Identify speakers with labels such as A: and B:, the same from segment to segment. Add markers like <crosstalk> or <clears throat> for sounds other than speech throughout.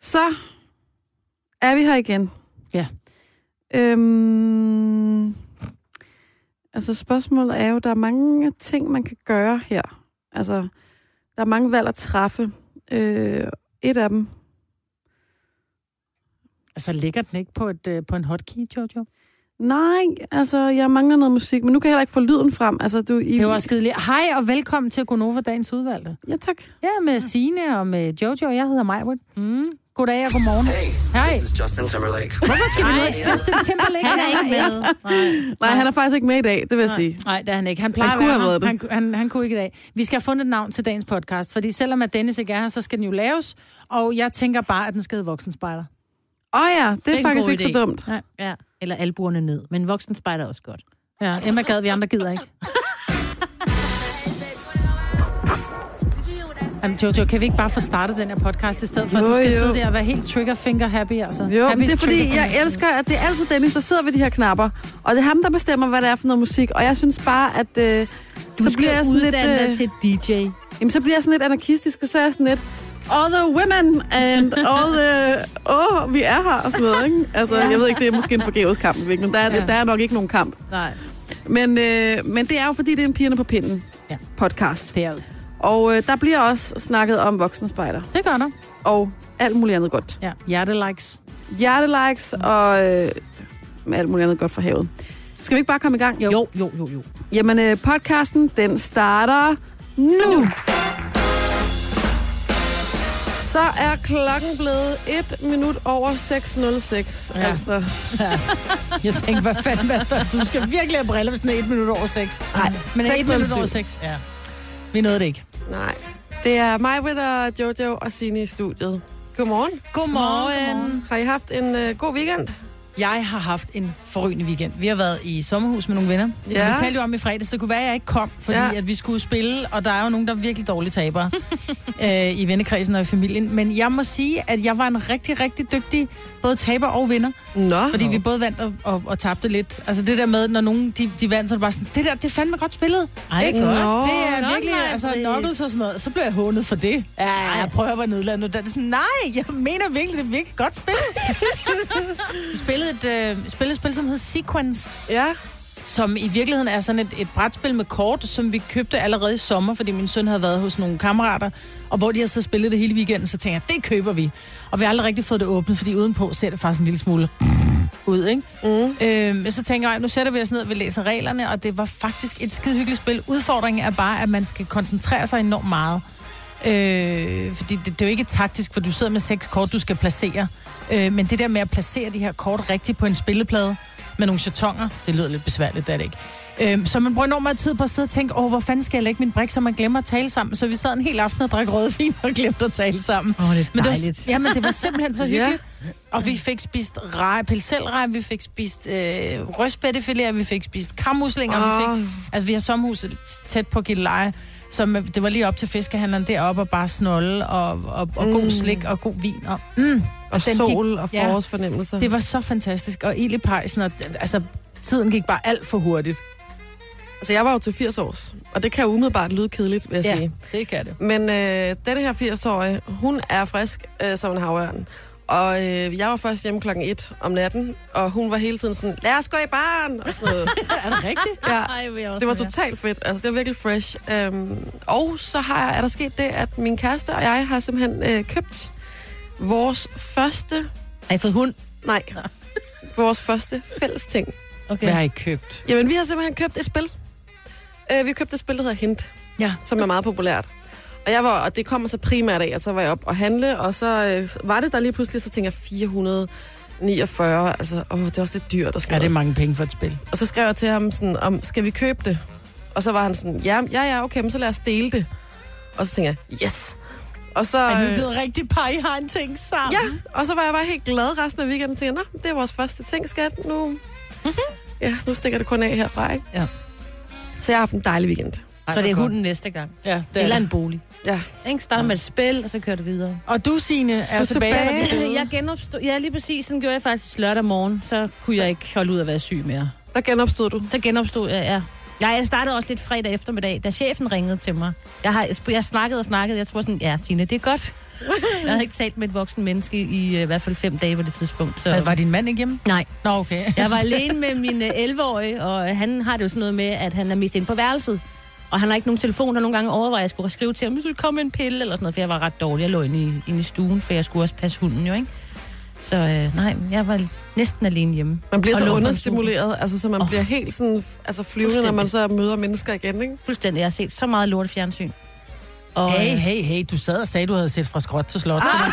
A: Så er vi her igen.
B: Ja.
A: Øhm, altså spørgsmålet er jo, der er mange ting, man kan gøre her. Altså, der er mange valg at træffe. Øh, et af dem,
B: Altså, ligger den ikke på, et, øh, på en hotkey, Jojo?
A: nej, altså jeg mangler noget musik, men nu kan jeg heller ikke få lyden frem. Altså, du, I,
B: Det var skideligt. Hej og velkommen til Gonova Dagens Udvalgte. Ah.
A: Ja, tak.
B: Ja, med Sine og med Jojo. Jeg hedder Majwood.
C: Mm.
B: Goddag og godmorgen.
D: Hey,
B: Hej.
D: this is Justin Timberlake.
B: Hvorfor skal vi
C: Ej.
B: nu? Justin Timberlake
C: Han er ikke med. Nej.
A: Nej, han er faktisk ikke med i dag, det vil jeg sige.
B: Nej, det er han ikke. Han plejer
A: Han
B: at
A: kunne
B: være
A: have
B: ham. Han, han, han kunne ikke i dag. Vi skal have fundet et navn til dagens podcast, fordi selvom at Dennis ikke er her, så skal den jo laves. Og jeg tænker bare, at den skal hedde Voksenspejler.
A: Åh oh, ja, det er,
C: er
A: det
C: en
A: er faktisk
C: god
A: ikke
C: idé.
A: så dumt.
C: Ja. Eller albuerne ned. Men voksen spejder er også godt.
B: Ja, Emma gad, vi andre gider ikke. Jamen, Jojo, kan vi ikke bare få startet den her podcast i stedet for, at
A: Jo,
B: du skal
A: jo.
B: sidde der og være helt trigger finger happy, altså?
A: Jo,
B: happy
A: men det er fordi,
B: trigger
A: jeg
B: finger.
A: elsker, at det er altid Dennis, der sidder ved de her knapper. Og det er ham, der bestemmer, hvad det er for noget musik. Og jeg synes bare, at... Øh, så bliver jeg sådan lidt,
C: uddanne dig
A: øh,
C: til DJ.
A: jamen, så bliver jeg sådan lidt anarkistisk, og så er jeg sådan lidt... All the women and all the...
B: <laughs>
A: Åh, oh, vi er her og sådan noget, ikke? Altså, jeg ved ikke, det er måske en forgæves kamp, i virkeligheden. Der er,
B: Ja.
A: der er nok ikke nogen kamp.
C: Nej.
A: Men, øh, men det er jo, fordi det er en pigerne på pinden
B: Ja.
A: podcast.
B: Det, er-
A: Og øh, der bliver også snakket om voksenspejder
B: det gør der.
A: og alt muligt andet godt.
B: Ja. Hjertelikes.
A: Hjertelikes og øh, alt muligt andet godt fra havet. Skal vi ikke bare komme i gang?
B: Jo, jo, jo, jo.
A: Jamen, øh, podcasten, den starter nu. Så er klokken blevet 1 minut over 6.06.
B: Ja.
A: Ja. Altså,
B: Jeg tænkte, hvad fanden hvad for? Du skal virkelig have briller, hvis den er 1 minut over 6.
A: Nej,
B: Men 1 minut
A: 6.07.
B: over 6, ja. Vi nåede det ikke.
A: nej. Det er mig, Britt og Jojo og Signe i studiet. Godmorgen.
B: Godmorgen.
A: Har I haft en øh, god weekend?
B: Jeg har haft en forrygende weekend. Vi har været i sommerhus med nogle venner. Ja.
A: Ja.
B: Vi talte jo om i fredags, det kunne være, at jeg ikke kom, fordi ja.
A: Ja.
B: at vi skulle spille, og der er jo nogen, der er virkelig dårlige tabere øh, i vennekredsen og i familien. Men jeg må sige, at jeg var en rigtig, rigtig dygtig både taber og vinder,
A: Nå.
B: fordi vi både vandt og, og, og tabte lidt. Altså det der med, når nogen de, de vandt, så er det bare sådan, det der, det er fandme godt spillet.
C: Ej,
B: Ikke?
C: godt.
A: Nå.
B: Det er
C: Nå,
B: virkelig,
C: nej,
B: altså
C: Britt.
B: knuckles og sådan noget. Så blev jeg hånet for det. Ja, jeg prøver at være nedladet nu. Der er det sådan, nej, jeg mener virkelig, det er virkelig godt <laughs> spil. Vi spillede et, øh, spillede et spil, som hed Sequence,
A: Ja.
B: som i virkeligheden er sådan et, et brætspil med kort, som vi købte allerede i sommer, fordi min søn havde været hos nogle kammerater, og hvor de havde så spillet det hele weekenden, så tænkte jeg, det køber vi. Og vi har aldrig rigtig fået det åbnet, fordi udenpå ser det faktisk en lille smule ud, ikke?
A: Mm.
B: Øhm, men så tænker jeg, nu sætter vi os ned, og vi læser reglerne, og det var faktisk et skide hyggeligt spil. Udfordringen er bare, at man skal koncentrere sig enormt meget. Øh, fordi det, det er jo ikke taktisk, for du sidder med seks kort, du skal placere. Øh, men det der med at placere de her kort rigtigt på en spilleplade med nogle chatonger, det lyder lidt besværligt, det er det ikke. Øhm, så man bruger enormt meget tid på at sidde og tænke, åh, hvor fanden skal jeg lægge min brik, så man glemmer at tale sammen. Så vi sad en hel aften og drak rødvin og glemte at tale sammen.
C: Åh, det er
B: Men det
C: dejligt.
B: var, jamen, det var simpelthen så
A: Ja.
B: hyggeligt. Og vi fik spist rej, pelselrej, vi fik spist øh, røstbættefiléer, vi fik spist kammuslinger, oh. vi fik... Altså, vi har sommerhuset tæt på Gilleleje, som øh, det var lige op til fiskehandleren deroppe, og bare snolle, og, og, og mm. god
A: Mm.
B: slik, og god vin, og, mm,
A: og
B: den gik-
A: sol og
B: ja.
A: forårsfornemmelser.
B: det var så fantastisk. Og ild i pejsen, og altså, tiden gik bare alt for hurtigt.
A: Altså, jeg var jo til 80 års, og det kan jo umiddelbart lyde kedeligt, vil jeg
B: Ja.
A: sige.
B: Det kan det.
A: Men øh, denne her 80-årige, hun er frisk øh, som en havørn. Og øh, jeg var først hjemme klokken 1 om natten, og hun var hele tiden sådan, lad os gå i baren, og sådan
C: <laughs>
A: noget.
B: Er det <laughs> rigtigt?
A: Ja,
C: Ej, vil jeg også
A: det var
C: være.
A: totalt fedt. Altså, det var virkelig fresh. Øhm, og så har, er der sket det, at min kæreste og jeg har simpelthen øh, købt vores første...
C: Har I fået hund?
A: Nej, vores første fælles ting.
C: Okay.
B: Hvad har I købt?
A: Jamen, vi har simpelthen købt et spil. Øh, vi har købt et spil, der hedder Hint.
B: Ja.
A: Som er meget populært. Og, jeg var, og det kommer så primært af, at så var jeg op og handle, og så øh, var det der lige pludselig, så tænkte jeg 449, altså, åh, det er også lidt dyrt og
B: Ja,
A: sådan
B: det er
A: noget.
B: mange penge for et spil.
A: Og så skrev jeg til ham sådan, om, skal vi købe det? Og så var han sådan, ja, ja, ja, okay, men så lad os dele det. Og så tænkte jeg, yes! Og så,
B: Er nu
A: øh,
B: blevet rigtig par, I har en ting sammen?
A: ja, og så var jeg bare helt glad resten af weekenden, og tænkte, nå, det er vores første ting, skat, nu, ja, nu stikker det kun af herfra, ikke?
B: Mhm. Ja.
A: Så jeg har haft en dejlig weekend.
C: Ej, så det er hunden næste gang.
B: ja det
C: Eller
B: er det.
C: en bolig.
A: Ja.
C: Ikke? Starter med et spil, og så kører det videre.
B: Og du, Signe, er,
A: Du er
B: tilbage.
A: tilbage.
B: tilbage.
A: døde.
C: <clears throat> Jeg genopstod... Ja, lige præcis. Sådan gjorde jeg faktisk lørdag morgen. Så kunne jeg ikke holde ud at være syg mere.
A: Der genopstod du.
C: Så genopstod jeg, ja. Nej, jeg startede også lidt fredag eftermiddag, da chefen ringede til mig. Jeg, har, jeg snakkede og snakkede, jeg tror sådan, ja, Signe, det er <laughs> godt. jeg havde ikke talt med et voksen menneske i øh, i hvert fald fem dage på det tidspunkt. Så.
B: Hvad, var din mand ikke hjemme?
C: Nej.
B: Nå, okay.
C: Jeg var alene med min øh, 11-årige, og øh, han har det jo sådan noget med, at han er mest inde på værelset. Og han har ikke nogen telefon, og nogle gange overvejer, at jeg skulle skrive til ham, hvis du komme med en pille eller sådan noget, for jeg var ret dårlig. Jeg lå inde i, inde i stuen, for jeg skulle også passe hunden jo, ikke? Så øh, nej, jeg var næsten alene hjemme.
E: Man bliver
C: Og
E: så
C: lå på en
E: understimuleret, altså så man
C: Åh.
E: bliver helt sådan, altså flyvende, når man så møder mennesker igen, ikke?
C: Fuldstændig. Jeg har set så meget lort fjernsyn.
B: <laughs>
C: Og, <laughs>
B: Hey,
C: øh,
B: hey, hey, du sad og sagde, du havde set fra skråt til slot. Ah!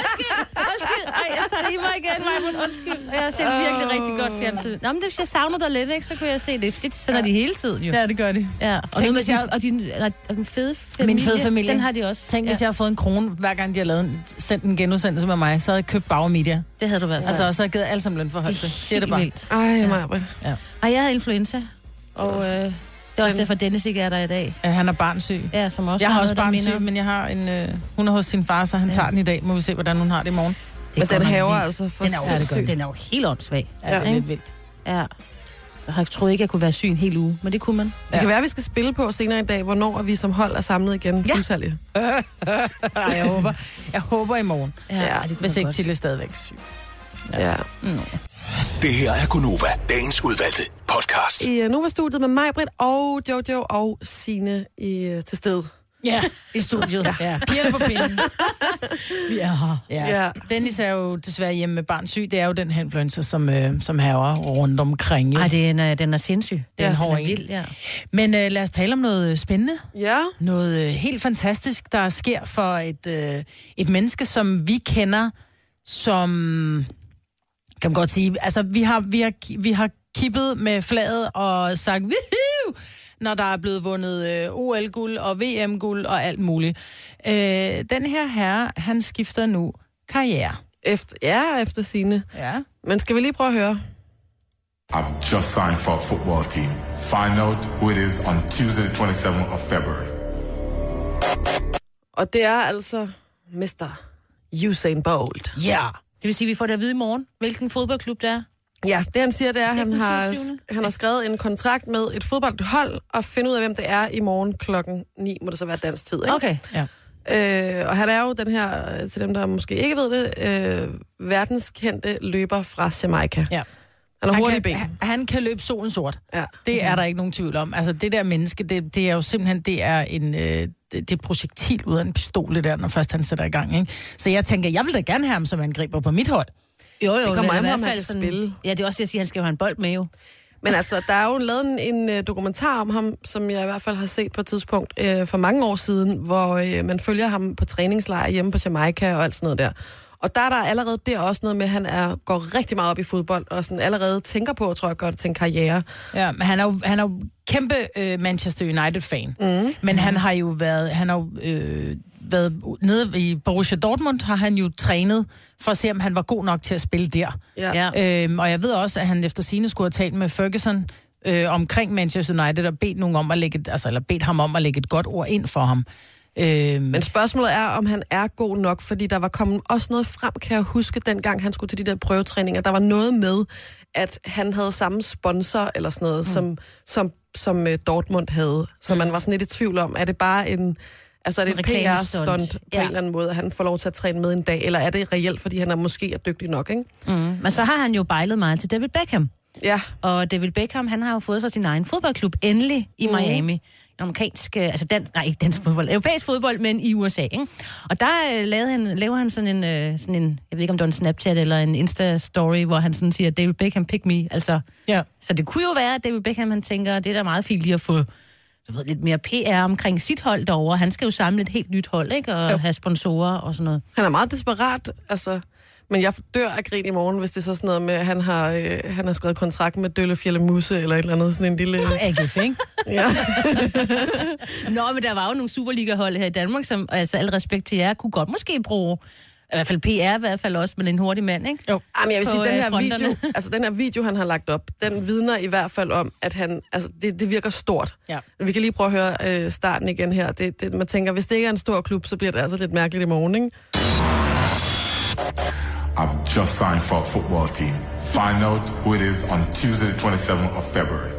C: Undskyld, Ej, jeg tager det i mig igen, Majmund. Undskyld. Jeg har set virkelig rigtig godt fjernsyn. Nå, men det, hvis jeg savner dig lidt, ikke, så kunne jeg se det. Det sender ja. de hele tiden, jo.
B: Ja, det gør det.
C: Ja. Og,
B: Tænk,
C: noget med
B: hvis
C: din,
B: jeg-
C: og, din, nej, og den fede familie.
B: fede familie.
C: Den har de også.
B: Tænk, hvis
C: ja.
B: jeg havde fået en krone, hver gang de har lavet en, sendt en genudsendelse med mig, så havde jeg købt Bauer Media.
C: Det havde du været. Altså,
B: Ja. Altså, og så har jeg givet alle sammen lønforholdelse. Siger det bare.
C: Vildt.
E: Ej, Maja.
C: Og jeg havde influenza. Og øh, det er også
B: Men-
C: derfor, Dennis ikke er der i dag.
B: Ja, han er barnsyg.
C: Ja, som også
B: Jeg har også
C: noget, der
B: barnsyg,
C: minder om-
B: men jeg har en, øh, hun er hos sin far, så han
C: Ja.
B: tager den i dag. Må vi se, hvordan hun har det i morgen.
C: Det er
E: Men
C: godt
E: den
C: nok
E: haver
C: vildt.
E: altså for
C: Den er, jo,
B: Ja, det er godt.
C: den er jo helt åndssvag.
B: Ja, det er
E: Ja.
B: lidt vildt.
C: Ja. Så har jeg troede ikke, jeg kunne være syg en hel uge, men det kunne man.
E: Det kan være, at vi skal spille på senere i dag, hvornår vi som hold er samlet igen.
B: Ja.
E: Fuldstændig.
B: <laughs> Ej, jeg håber, jeg håber i morgen,
E: Ja,
C: det kunne
B: hvis
C: man
B: ikke
C: godt.
B: Tille er stadigvæk syg.
E: Ja.
C: Mm.
D: Det her er Gunova, dagens udvalgte podcast.
E: I uh, Nova-studiet med mig, Britt og Jojo og Sine i, uh, til stede.
B: Ja, i studiet. Ja. Pigerne på pinden.
C: Vi er her.
E: Ja.
B: Dennis er jo desværre hjemme med barn syg. Det er jo den her influencer, som, øh, som haver rundt omkring. Jo.
C: Ej, den er, den er sindssyg.
B: Den er
C: Den
B: hård
C: er
B: en.
C: vild, ja.
B: Men øh, lad os tale om noget øh, spændende.
E: Ja.
B: Noget øh, helt fantastisk, der sker for et, øh, et menneske, som vi kender, som... Kan man godt sige. Altså, vi har, vi har, vi har kippet med flaget og sagt, Woohoo! når der er blevet vundet øh, OL-guld og VM-guld og alt muligt. Øh, den her herre, han skifter nu karriere.
E: Efter, ja, efter Sine.
B: Ja.
E: Men skal vi lige prøve at høre?
F: I've just signed for a football team. Find out who it is on Tuesday, the 27th of February.
E: Og det er altså Mr. Usain Bolt.
B: Ja.
C: Det vil sige, at vi får det at vide i morgen, hvilken fodboldklub det er.
E: Ja, det han siger, det er, at han har,
C: 26..
E: han har skrevet en kontrakt med et fodboldhold og finde ud af, hvem det er i morgen klokken 9, må det så være dansk tid. Ikke?
C: Okay.
B: Ja.
E: Øh, og han er jo den her, øh, til dem, der måske ikke ved det, øh, verdenskendte løber fra Jamaica.
B: ja.
E: Han har hurtige
B: Han,
E: ben.
B: kan, han- han kan løbe solen sort.
E: Ja.
B: Det er der ikke nogen tvivl om. Altså, det der menneske, det, det er jo simpelthen, det er en... Øh, det, det er et projektil ud af en pistol, det der, når først han sætter i gang, ikke? Så jeg tænker, jeg vil da gerne have ham som angriber på mit hold.
C: Jo, jo,
E: kommer
C: men
E: an
C: i
E: på,
C: hvert
E: om han
C: fald
E: kan spille.
C: Ja, det er også det, jeg siger, han skal jo have en bold med jo.
E: Men altså, der er jo lavet en, en øh, dokumentar om ham, som jeg i hvert fald har set på et tidspunkt øh, for mange år siden, hvor øh, man følger ham på træningslejr hjemme på Jamaica og alt sådan noget der. Og der er der allerede der også noget med, at han er, går rigtig meget op i fodbold, og sådan allerede tænker på, tror jeg godt, til en karriere.
B: Ja, men han er jo, han er jo kæmpe øh, Manchester United-fan. Mm. Men han har jo været, han har jo, øh, været nede i Borussia Dortmund, har han jo trænet for at se, om han var god nok til at spille der.
E: Ja.
C: Ja.
B: Øhm, og jeg ved også, at han efter sine skulle have talt med Ferguson øh, omkring Manchester United og bedt, nogen om at lægge et, altså, eller bedt ham om at lægge et godt ord ind for ham. Øhm,
E: Men spørgsmålet er, om han er god nok, fordi der var kommet også noget frem, kan jeg huske, dengang han skulle til de der prøvetræninger. Der var noget med, at han havde samme sponsor eller sådan noget, mm. som, som, som øh, Dortmund havde. Så man var sådan lidt i tvivl om, er det bare en... Altså er det
C: Mm. Sådan
E: et
C: en reklamestunt.
E: PR-stunt på ja.
C: Ja.
E: en eller anden måde, at han får lov til at træne med en dag, eller er det reelt, fordi han er måske er dygtig nok, ikke?
C: Mm. Men så har han jo bejlet meget til David Beckham.
E: Ja,
C: Og David Beckham, han har jo fået sig sin egen fodboldklub endelig i Miami. En amerikansk, øh, altså dan, nej, ikke dansk fodbold, europæisk fodbold, men i USA. Ikke? Og der øh, lavede han, laver han sådan en, øh, sådan en, jeg ved ikke om det var en Snapchat eller en Insta-story, hvor han sådan siger, David Beckham, pick me. Altså,
B: ja.
C: så det kunne jo være, at David Beckham, han tænker, det er da meget fint lige at få du ved, lidt mere PR omkring sit hold derovre. Han skal jo samle et helt nyt hold, ikke? Og jo. have sponsorer og sådan noget.
E: han er meget desperat, altså... Men jeg dør af grin i morgen, hvis det er så sådan noget med, at han har, øh, han har skrevet kontrakt med Døllefjelle Musse eller et eller andet, sådan en lille...
C: <laughs>
B: AGF, ikke?
E: <laughs> Ja.
C: Nå, men der var jo nogle Superliga-hold her i Danmark, som altså al respekt til jer, kunne godt måske bruge, i hvert fald PR i hvert fald også, men en hurtig mand, ikke?
B: Jo.
E: Jamen, jeg vil
C: på,
E: sige, den
C: øh,
E: her,
C: fronterne. <laughs>
E: <laughs> video, altså, den her video, han har lagt op, den vidner i hvert fald om, at han, altså, det, det virker stort.
B: Ja.
E: Vi kan lige prøve at høre øh, starten igen her. Det, det, man tænker, hvis det ikke er en stor klub, så bliver det altså lidt mærkeligt i morgen, ikke?
F: I've just signed for a football team. Find out who it is on Tuesday, the 27th of February.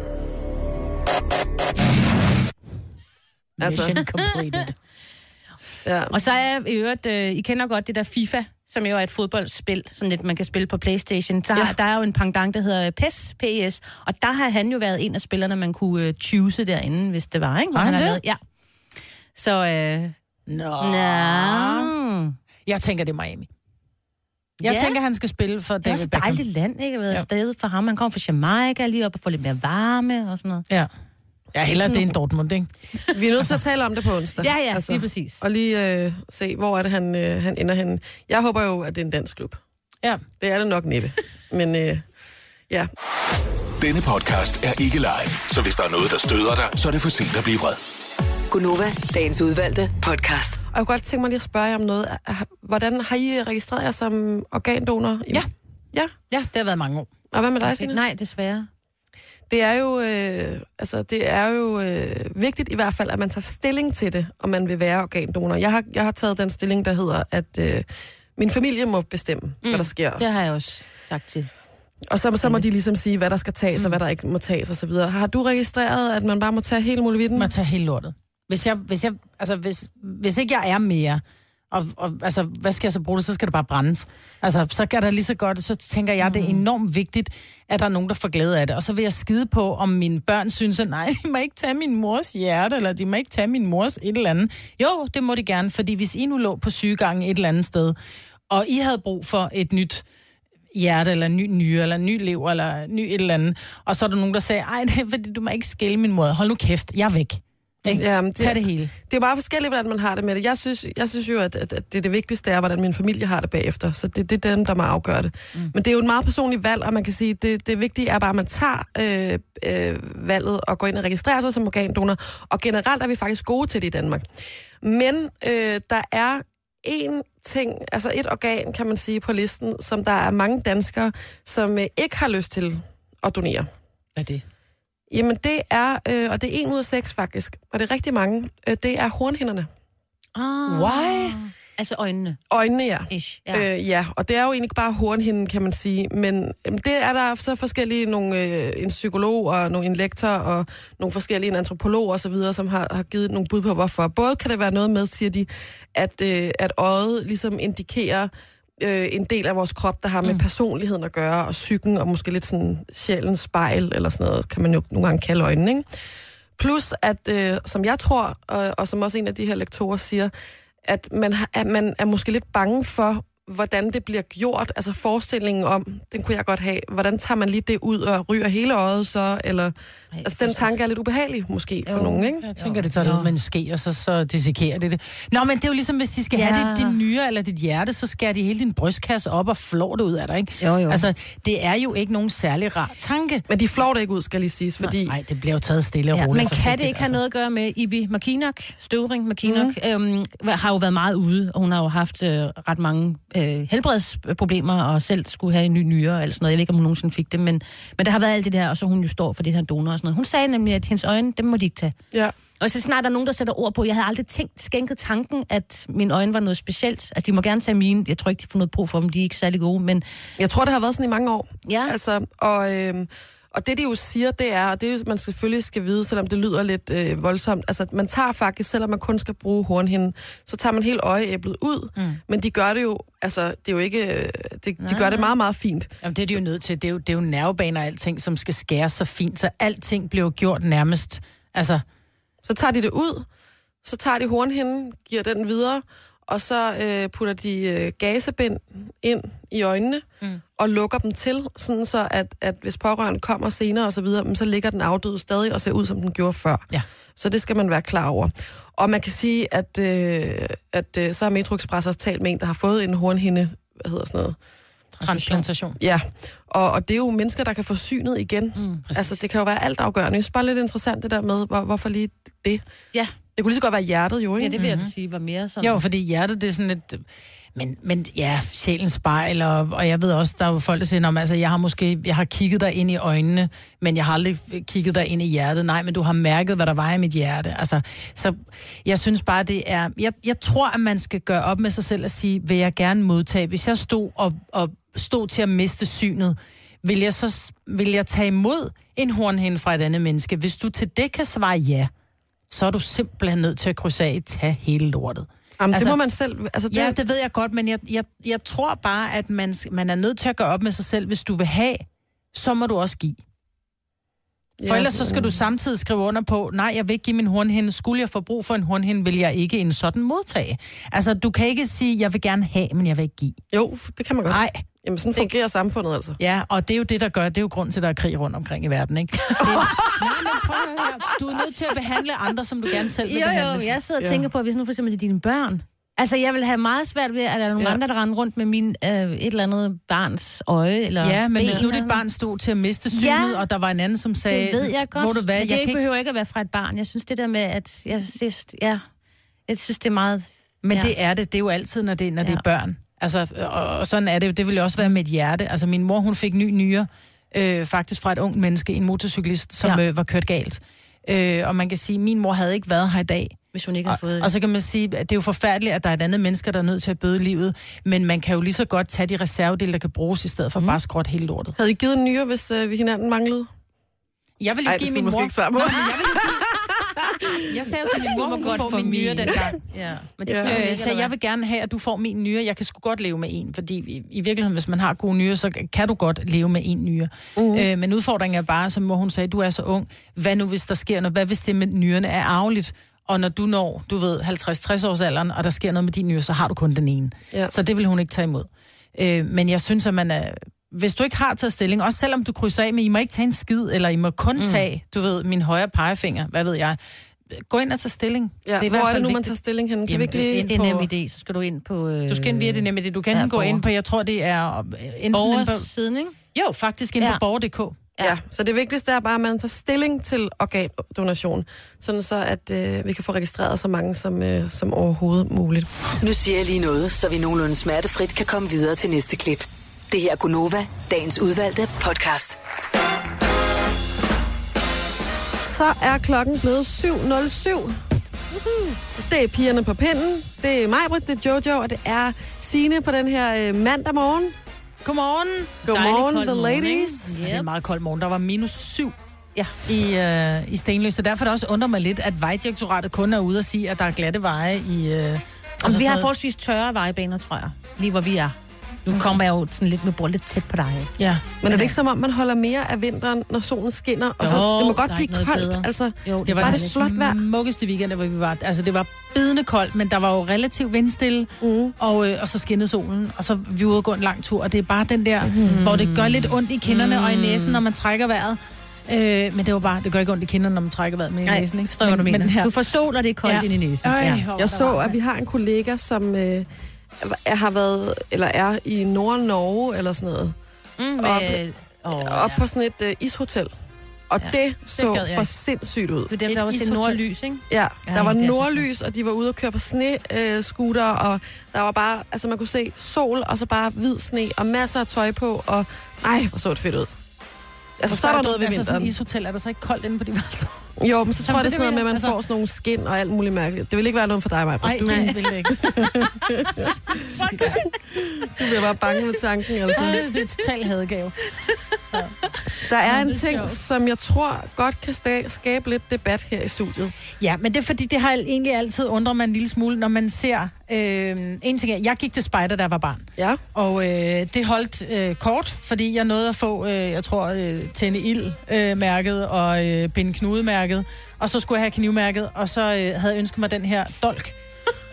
E: Altså.
B: Mission completed.
E: Ja.
C: Og så er i øvrigt, øh, I kender godt det der FIFA, som jo er et fodboldspil, sådan lidt, man kan spille på Playstation. Der, ja. der er jo en pendant, der hedder øh, PES, PES, og der har han jo været en af spillerne, man kunne øh, choose derinde, hvis det var, ikke? Hvor
B: Var han
C: har
B: det?
C: lavet- Ja. Så, øh,
B: Nå.
C: Nå.
B: Jeg tænker, det er Miami. Jeg
C: Ja.
B: ja. tænker, han skal spille for
C: Det er
B: David
C: også et
B: Beckham.
C: dejligt land, ikke? At
B: Ja.
C: ja. sted for ham. Han kom fra Jamaica lige op og få lidt mere varme og sådan noget.
B: Ja. Ja, hellere det er en Dortmund, ikke?
E: Vi er nødt til at tale om det på onsdag. altså.
C: Ja, ja, lige præcis.
E: Og lige øh, se, hvor er det, han, øh, han ender henne. Jeg håber jo, at det er en dansk klub.
B: Ja.
E: Det er det
C: <laughs>
E: nok næppe. Men øh, ja,
D: Denne podcast er ikke live, så hvis der er noget, der støder dig, så er det for sent at blive vred.
G: Gunova, dagens udvalgte podcast.
E: og jeg kunne godt tænke mig lige at spørge jer om noget. Er- er- Hvordan har I registreret jer som organdonor? I-
B: Ja.
E: Ja,
B: Ja, det har været mange år.
E: og hvad med dig, Signe?
C: Nej, desværre.
E: Det er jo, øh, altså, det er jo øh, vigtigt i hvert fald, at man tager stilling til det, om man vil være organdonor. Jeg har, jeg har taget den stilling, der hedder, at øh, min familie må bestemme, mm. hvad der sker.
C: Det har jeg også sagt til.
E: Og så, så må de ligesom sige, hvad der skal tages, mm. og hvad der ikke må tages osv. Har du registreret, at man bare må tage hele muligheden?
B: Man tager hele lortet. Hvis, jeg, hvis, jeg, altså, hvis, hvis ikke jeg er mere, og, og altså, hvad skal jeg så bruge det? Så skal det bare brændes. Altså, så kan der lige så godt, så tænker jeg, det er enormt vigtigt, at der er nogen, der får glæde af det. Og så vil jeg skide på, om mine børn synes, at nej, de må ikke tage min mors hjerte, eller de må ikke tage min mors et eller andet. Jo, det må de gerne, fordi hvis I nu lå på sygegangen et eller andet sted, og I havde brug for et nyt hjerte, eller en ny nyre, eller en ny lever, eller en ny et eller andet. Og så er der nogen, der sagde, ej, det er, fordi du må ikke skille min mor. Hold nu kæft, jeg er væk. Ikke?
E: Ja, men det-
B: Tag det hele.
E: Det er jo meget forskelligt, hvordan man har det med det. Jeg synes, jeg synes jo, at, at, at det, det vigtigste er, hvordan min familie har det bagefter. Så det, det er dem, der må afgøre det. Mm. Men det er jo et meget personligt valg, og man kan sige, at det, det vigtige er bare, at man tager øh, øh, valget og går ind og registrerer sig som organdonor. Og generelt er vi faktisk gode til det i Danmark. Men øh, der er en ting, altså et organ, kan man sige, på listen, som der er mange danskere, som øh, ikke har lyst til at donere.
B: Hvad er det?
E: Jamen det er, øh, og det er en ud af seks faktisk, og det er rigtig mange, øh, det er hornhinderne.
C: Ah.
B: Why?
C: Altså øjnene,
E: Øjnene, ja.
C: ish. Ja. Øh.
E: Ja. Øh, ja, og det er jo egentlig ikke bare hornhinden, kan man sige, men øhm, det er der så forskellige, nogle, øh, en psykolog og nogle, en lektor og nogle forskellige, en antropolog og så videre, som har, har givet nogle bud på, hvorfor. Både kan det være noget med, siger de, at, øh, at øjet ligesom indikerer øh, en del af vores krop, der har med mm. personligheden at gøre, og psyken, og måske lidt sådan sjælens spejl, eller sådan noget, kan man jo nogle gange kalde øjnene, ikke? Plus, at øh, som jeg tror, og, og som også en af de her lektorer siger, at man, har- at man er måske lidt bange for, hvordan det bliver gjort. Altså forestillingen om, den kunne jeg godt have. Hvordan tager man lige det ud og ryger hele øjet så? Eller, altså den tanke er lidt ubehagelig måske for nogen, ikke?
B: Jeg tænker, det tager det ud med en ske, og så, så dissekerer det det. Nå, men det er jo ligesom, hvis de skal ja.
C: Ja.
B: have dit, din nyre eller dit hjerte, så skærer de hele din brystkasse op og flår det ud af dig, ikke?
C: Jo, jo.
B: Altså, det er jo ikke nogen særlig rar tanke.
E: Men de flår det ikke ud, skal lige siges, fordi...
B: Nej, det bliver jo taget stille og
C: Ja,
B: roligt.
C: men kan det
B: forsigtigt,
C: ikke have noget at gøre med Ibi McKinnock, Støvring McKinnock, mm. øhm, har jo været meget ude, og hun har jo haft øh, ret mange øh, helbredsproblemer, og selv skulle have en ny nyre eller sådan noget. Jeg ved ikke, om hun nogensinde fik det, men, men der har været alt det der, og så hun jo står for det her donor og sådan noget. Hun sagde nemlig, at hendes øjne, dem må de ikke tage.
E: Ja.
C: Og så snart der er nogen, der sætter ord på, jeg havde aldrig tænkt, skænket tanken, at mine øjne var noget specielt. Altså, de må gerne tage mine. Jeg tror ikke, de får noget brug for dem. De er ikke særlig gode, men...
E: Jeg tror, det har været sådan i mange år.
C: Ja.
E: Altså, og, øhm, og det, de jo siger, det er, og det er jo, man selvfølgelig skal vide, selvom det lyder lidt øh, voldsomt, altså at man tager faktisk, selvom man kun skal bruge hornhinden, så tager man helt øjeæblet ud, mm. men de gør det jo, altså, det er jo ikke, øh, det, de gør det meget, meget fint.
B: Jamen, det er de jo nødt til. Det er jo, det er jo nervebaner og alting, som skal skæres så fint, så alting bliver jo gjort nærmest. Altså,
E: Så tager de det ud, så tager de hornhinden, giver den videre, og så øh, putter de øh, gasebind ind i øjnene mm. og lukker dem til, sådan så at, at hvis pårørende kommer senere og så videre, jamen, så ligger den afdøde stadig og ser ud, som den gjorde før.
B: Ja.
E: Så det skal man være klar over. Og man kan sige, at, øh, at øh, så har Metro Express også talt med en, der har fået en hornhinde, hvad hedder sådan noget,
B: transplantation.
E: Ja, og, og det er jo mennesker, der kan få synet igen. Mm, altså, det kan jo være altafgørende. Jeg synes bare lidt interessant det der med, hvor, hvorfor lige det.
C: Ja,
E: Det kunne lige så godt være hjertet jo, ikke?
C: ja det vil jeg da sige var mere sådan...
B: Jo, fordi hjertet, det er sådan lidt... Men, men ja, sjælens spejl, og, og jeg ved også, der er jo folk, der siger, om, altså, jeg har måske jeg har kigget dig ind i øjnene, men jeg har aldrig kigget dig ind i hjertet. Nej, men du har mærket, hvad der var i mit hjerte. Altså, så jeg synes bare, det er... Jeg, jeg tror, at man skal gøre op med sig selv og sige, vil jeg gerne modtage? Hvis jeg stod, og, og stod til at miste synet, vil jeg så s- vil jeg tage imod en hornhinde fra et andet menneske? Hvis du til det kan svare ja, så er du simpelthen nødt til at krydse af, tage hele lortet.
E: Jamen, altså,
B: Altså-
E: det må man selv... Altså, det,
B: Ja, det ved jeg godt, men jeg, jeg, jeg tror bare, at man, s- man er nødt til at gøre op med sig selv. Hvis du vil have, så må du også give. For
E: ja.
B: ellers så skal du samtidig skrive under på, nej, jeg vil ikke give min hornhinde. Skulle jeg få brug for en hornhinde, vil jeg ikke en sådan modtage. Altså, du kan ikke sige, jeg vil gerne have, men jeg vil ikke give.
E: Jo, det kan man godt.
B: Nej,
E: Jamen, sådan fungerer samfundet altså.
B: ja, og det er jo det, der gør, det er jo grund til, at der er krig rundt omkring i verden,
C: <laughs>
B: ikke? Det, nej, men prøv at høre. Du er nødt til at behandle andre, som du gerne selv vil
C: Jo, jo,
B: behandles.
C: jeg sidder og
E: Ja.
C: ja. tænker på, hvis nu for eksempel det er dine børn. Altså, jeg vil have meget svært ved, at der er nogle
E: Ja.
C: ja. andre, der render rundt med min, øh, et eller andet barns øje. Eller
B: Ja, men
C: ben,
B: hvis nu dit
C: eller-
B: barn stod til at miste synet, ja.
C: Ja.
B: og der var en anden, som sagde...
C: Det ved jeg godt.
B: Hvor du hvad,
C: men det
B: jeg
C: ikke
B: kan ikke...
C: behøver ikke at være fra et barn. Jeg synes det der med, at jeg synes, ja, jeg synes det er meget...
B: Men
C: Ja.
B: det er det. Det er jo altid, når det, når det
C: Ja.
B: er børn. Altså, og, og sådan er det jo. Det ville jo også være med et hjerte. Altså, min mor, hun fik ny nyre, øh, faktisk fra et ungt menneske, en motorcyklist, som ja.
C: Ja.
B: øh, var kørt galt. Øh, og man kan sige, min mor havde ikke været her i dag.
C: Hvis hun ikke har
B: Og,
C: fået...
B: og så kan man sige, at det er jo forfærdeligt, at der er et andet menneske, der er nødt til at bøde livet. Men man kan jo lige så godt tage de reservedele, der kan bruges, i stedet for mm. bare at skrotte hele lortet.
E: Havde I givet en nyere, hvis øh, vi hinanden manglede?
B: Jeg vil
E: Ej,
B: ikke give
E: det skal
B: min
E: du måske
B: mor...
E: ikke svare på.
B: Nå, men jeg, vil ikke give... jeg sagde jo til min mor,
C: må
B: hun
C: godt
B: får
C: få
B: min
C: min.
B: nyre dengang.
C: <laughs> ja. Men det
E: <laughs> Ja.
C: ja.
E: Øh,
B: Øh, så jeg vil gerne have, at du får min nyre. Jeg kan sgu godt leve med en, fordi i, i virkeligheden, hvis man har gode nyre, så kan du godt leve med en nyre.
E: Mhm.
B: Uh-huh. Øh, men udfordringen er bare, som mor hun sagde, du er så ung. Hvad nu, hvis der sker noget? Hvad hvis det med nyrene er arveligt? Og når du når, du ved, 50-60 års alderen, og der sker noget med din nyre, så har du kun den ene.
E: Ja.
B: Så det vil hun ikke tage imod. Øh, men jeg synes, at man er... Hvis du ikke har taget stilling, også selvom du krydser af med, I må ikke tage en skid, eller I må kun mm. tage, du ved, min højre pegefinger, hvad ved jeg. Gå ind og tage stilling.
E: Ja,
B: i
E: det er Hvor er
B: fald
E: det nu, man
B: vigtigt.
E: tager stilling henne? Kan
B: Jamen,
E: vi ikke
B: det er
E: lige...
B: ind
C: det er en
B: på-
C: nem idé, så skal du ind på... Øh,
B: Du skal ind via det nemlig. Du kan
C: Ja,
B: ja, gå
C: borger.
B: ind på, jeg tror det er øh, enten ind på,
C: borgersiden, ikke?
B: jo, faktisk ind ja.
C: Ja.
B: på borger.dk.
E: Ja. ja, så det vigtigste er bare, at man tager stilling til organdonation, sådan så at øh, vi kan få registreret så mange som, øh, som overhovedet muligt.
G: Nu siger jeg lige noget, så vi nogenlunde smertefrit kan komme videre til næste klip. Det her er Gunova, dagens udvalgte podcast.
E: Så er klokken blevet 7.07. Woohoo. Det er pigerne på pinden, det er Majbrit, det er Jojo, og det er Sine på den her øh, mandag morgen.
B: Godmorgen.
E: Godmorgen,
C: kold
E: the
C: morgen, ikke?
E: ladies.
B: Yep. Det er en meget kold morgen. Der var minus syv
C: Ja.
B: i, øh, i Stenløs, så derfor er det også undrer mig lidt, at Vejdirektoratet kun er ude og sige, at der er glatte veje i... Øh, altså
C: Om vi
B: sådan
C: har
B: noget.
C: forholdsvis tørre vejbaner, tror jeg. Lige hvor vi er. Nu
B: Mm.
C: kommer jeg jo sådan lidt med bor lidt tæt på dig. ikke?
B: Ja.
E: Men er det ikke som om, man holder mere af vinteren, når solen skinner? Og så,
C: Jo,
E: det må
C: der
E: godt
C: er
E: blive
C: ikke noget
E: koldt.
C: bedre.
E: Altså,
C: Jo,
B: Det var,
E: Var
B: var
E: det
B: det
E: flot vejr?
B: den smukkeste weekend, hvor vi var. Altså, det var bidende koldt, men der var jo relativt vindstille, mm. og, øh, og så skinnede solen, og så vi ude og gå en lang tur, og det er bare den der, mm. hvor det gør lidt ondt i kinderne mm. og i næsen, når man trækker vejret. Øh, men det var bare, det gør ikke ondt i kinderne, når man trækker vejret med i næsen, ikke?
C: forstår, hvad du
B: Men- men
C: mener.
B: her-
C: Du får sol, og det er koldt
B: Ja.
C: ja. ind i næsen.
B: Øj,
C: Ja.
B: hvor
E: Jeg
B: der
E: så,
B: var-
E: at vi har en kollega, som øh, er- har været, eller er i Nord-Norge eller sådan noget,
C: Mm,
E: Op-
C: med, oh,
E: ja. op
C: ja.
E: på sådan et øh, ishotel. Og ja. det så
B: gad jeg
E: for
B: ikke.
E: sindssygt
C: For
E: ud.
C: dem,
B: Et
C: der var til
B: ishotel.
C: nordlys, ikke?
E: Ja, der
C: Ej,
E: var
C: det er så
E: nordlys, og de var ude og køre på sneskuter, øh, scooter, og der var bare, altså man kunne se sol, og så bare hvid sne, og masser af tøj på, og nej, hvor så det fedt ud. Altså, så er der noget ved
B: altså, sådan et
E: vinteren.
B: ishotel, er der så ikke koldt inde på de værelser?
E: Jo, men så tror
B: Jamen,
E: jeg, det er
B: det
E: sådan
B: er det,
E: noget med, at man
B: altså-
E: får sådan nogle skin og alt muligt mærkeligt. Det vil ikke være noget for dig, Maja.
B: Nej,
E: Du,
B: det vil det ikke.
E: du bliver bare bange ved tanken. Eller sådan.
B: Ej, det er total hadegave.
E: Der er
B: Nå,
E: en
B: det er
E: ting,
B: sjovt.
E: som jeg tror godt kan sta- skabe lidt debat her i studiet.
B: Ja, men det er fordi, det har egentlig altid undret mig en lille smule, når man ser... Øh, en ting er, jeg gik til spejder, da jeg var barn.
E: Ja.
B: Og øh, det holdt øh, kort, fordi jeg nåede at få, øh, jeg tror, øh, tænde ild-mærket øh, og øh, binde knudemærket. Og så skulle jeg have knivmærket, og så øh, havde jeg ønsket mig den her dolk.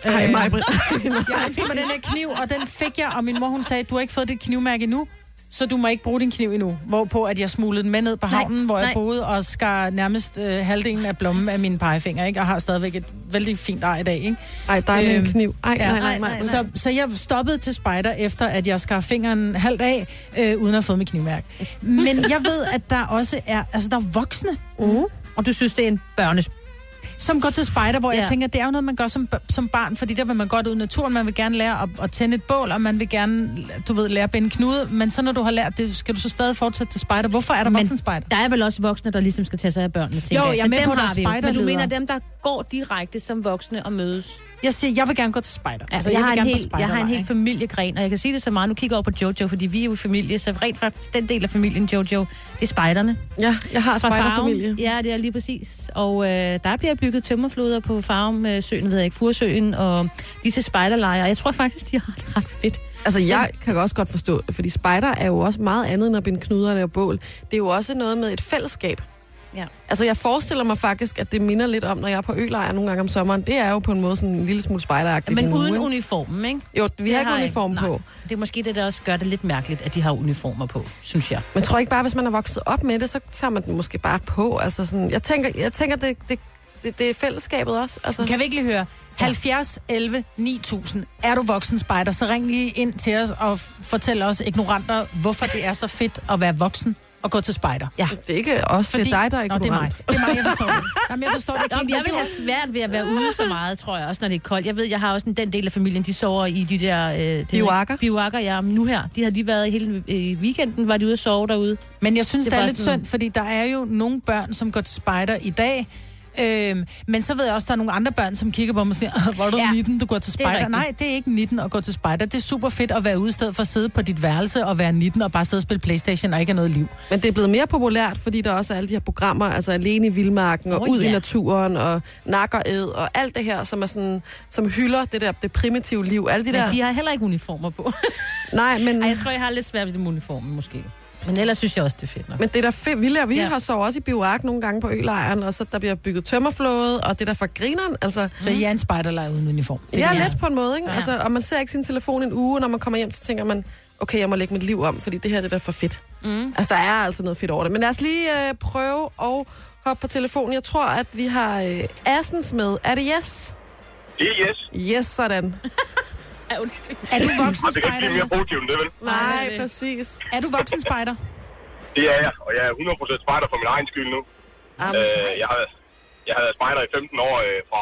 E: Hej,
B: Øh,
E: mig, Britt.
B: Jeg ønskede mig den her kniv, og den fik jeg, og min mor hun sagde, du har ikke fået dit knivmærke endnu, så du må ikke bruge din kniv endnu. Hvorpå at jeg smuglede den med ned på
C: Nej,
B: havnen, nej, hvor jeg
C: nej.
B: boede, og skar nærmest øh, halvdelen af blommen af mine pegefinger, ikke? og har stadigvæk et vældig fint ar i dag. Ikke?
E: Ej, dig med en
B: Øhm,
E: kniv. Ej,
B: ja.
E: nej, nej, nej.
C: Nej, nej.
B: Så, så jeg stoppede til spejder, efter at jeg skar fingeren halvt af, øh, uden at have fået mit knivmærke. Men jeg ved, at der også er, altså der er voksne,
C: Og du synes, det er en børnes...
B: som går til spejder, hvor ja. jeg
C: Ja.
B: tænker, det er jo noget, man gør som, b- som barn, fordi der vil man godt ud i naturen, man vil gerne lære at, at tænde et bål, og man vil gerne, du ved, lære at binde knude, men så når du har lært det, skal du så stadig fortsætte til spejder. Hvorfor er der
C: Men
B: voksen spejder?
C: Der er vel også voksne, der ligesom skal tage sig af børnene, tænker
B: Jo, jeg er
C: Så
B: med
C: dem
B: på, at der
C: har
B: er
C: vi jo. Men du
B: spejderledere.
C: mener dem, der går direkte som voksne og mødes.
B: Jeg siger, jeg vil gerne gå til spejder.
C: Altså, jeg, jeg, har
B: vil
C: en
B: gerne på
C: hel, jeg har en
B: spejderlejr,
C: hel familiegren, og jeg kan sige det så meget. Nu kigger jeg over på Jojo, fordi vi er jo i familie, så rent faktisk den del af familien Jojo, det er spejderne.
E: Ja, jeg har
C: Fra
E: spejderfamilie.
C: Farum. Ja, det er lige præcis. Og øh, der bliver bygget tømmerfloder på Farum, øh, søen, ved jeg ikke, Furesøen, og de er til spejderlejre. Jeg tror faktisk, de har det ret fedt.
E: Altså, jeg kan også godt forstå det, fordi spejder er jo også meget andet end at binde knuder og lave bål. Det er jo også noget med et fællesskab.
C: Ja.
E: Altså, jeg forestiller mig faktisk, at det minder lidt om, når jeg er på ølejr nogle gange om sommeren. Det er jo på en måde sådan en lille smule spejderagtigt.
C: Men
E: nu,
C: uden
E: ikke?
C: uniformen, ikke?
E: Jo, vi har
C: Det
E: ikke uniform
C: nej.
E: på.
C: Det er måske det, der også gør det lidt mærkeligt, at de har uniformer på, synes jeg.
E: Men tror ikke bare, hvis man er vokset op med det, så tager man den måske bare på. Altså sådan, jeg tænker, jeg tænker det, det, det, det er fællesskabet også. Altså.
B: Kan vi ikke lige høre? 70 11 9000. Er du voksen spejder, så ring lige ind til os og f- fortæl os ignoranter, hvorfor det er så fedt at være voksen og gå til spejder.
C: Ja.
E: Det er ikke os, Fordi... det er dig, der
B: Nå,
E: er
B: det er mig.
E: ignorant.
B: Det er mig, jeg forstår det. Jamen, jeg forstår det.
C: Nå, men
B: ikke.
C: jeg vil have svært ved at være ude så meget, tror jeg, også når det er koldt. Jeg ved, jeg har også en, den del af familien, de sover i de der... Øh, det hedder-
E: Bivuakker?
C: Bivuakker, ja, men nu her. De har lige været hele øh, i weekenden, var de ude og sove derude.
B: Men jeg synes,
C: Det
B: det, det er
C: er bare
B: lidt
C: sådan-
B: sådan... synd, fordi der er jo nogle børn, som går til spejder i dag. Øhm, men så ved jeg også, at der er nogle andre børn, som kigger på mig og siger, "Ah, hvor er du
C: Ja,
B: ja, 19, du går til
C: det er
B: spejder.
C: rigtigt.
B: Nej, det er ikke 19 at gå til spejder. Det er super fedt at være ude i stedet for at sidde på dit værelse og være 19 og bare sidde og spille Playstation og ikke have noget liv.
E: Men det er blevet mere populært, fordi der også er alle de her programmer, altså alene i vildmarken og
C: Åh,
E: oh, ud
C: ja.
E: i naturen og nakker ed og alt det her, som er sådan, som hylder det der det primitive liv. Alle de
C: Men
E: der,
C: de har heller ikke uniformer på.
E: nej, men,
C: <laughs> Ej, jeg tror, jeg har lidt svært ved det med uniformen, måske. Men ellers synes jeg også, det er fedt nok.
E: men det er da fedt. Vi, lærer, vi
C: Ja.
E: ja. har sovet også i bioark nogle gange på ølejren, og så der bliver bygget tømmerflåde, og det er da for grineren, altså...
B: Så jeg er en spejderlejr uden uniform. Det
E: Ja,
B: vil jeg.
E: lidt på en måde, ikke?
C: Ja.
E: Ja. Altså, og man ser ikke sin telefon en uge, når man kommer hjem, så tænker man, okay, jeg må lægge mit liv om, fordi det her det er da for fedt. Mm. Altså, der er altså noget fedt over det. Men lad os lige øh, prøve at hoppe på telefonen. Jeg tror, at vi har øh, Assens med. Er det yes?
H: Det er yes.
E: Yes, sådan.
C: Ja, undskyld.
B: Er du
H: Og
B: voksen
H: det kan ikke
B: spejder,
H: blive mere
B: Jes?
H: positivt end det, vel?
E: Nej,
C: det-
E: præcis.
B: Er du
C: <laughs>
B: voksen spejder?
H: Det er jeg, og jeg er 100% spejder for min egen skyld nu.
E: Jamen,
H: Øh, jeg, har, jeg har været spejder i 15 år øh, fra,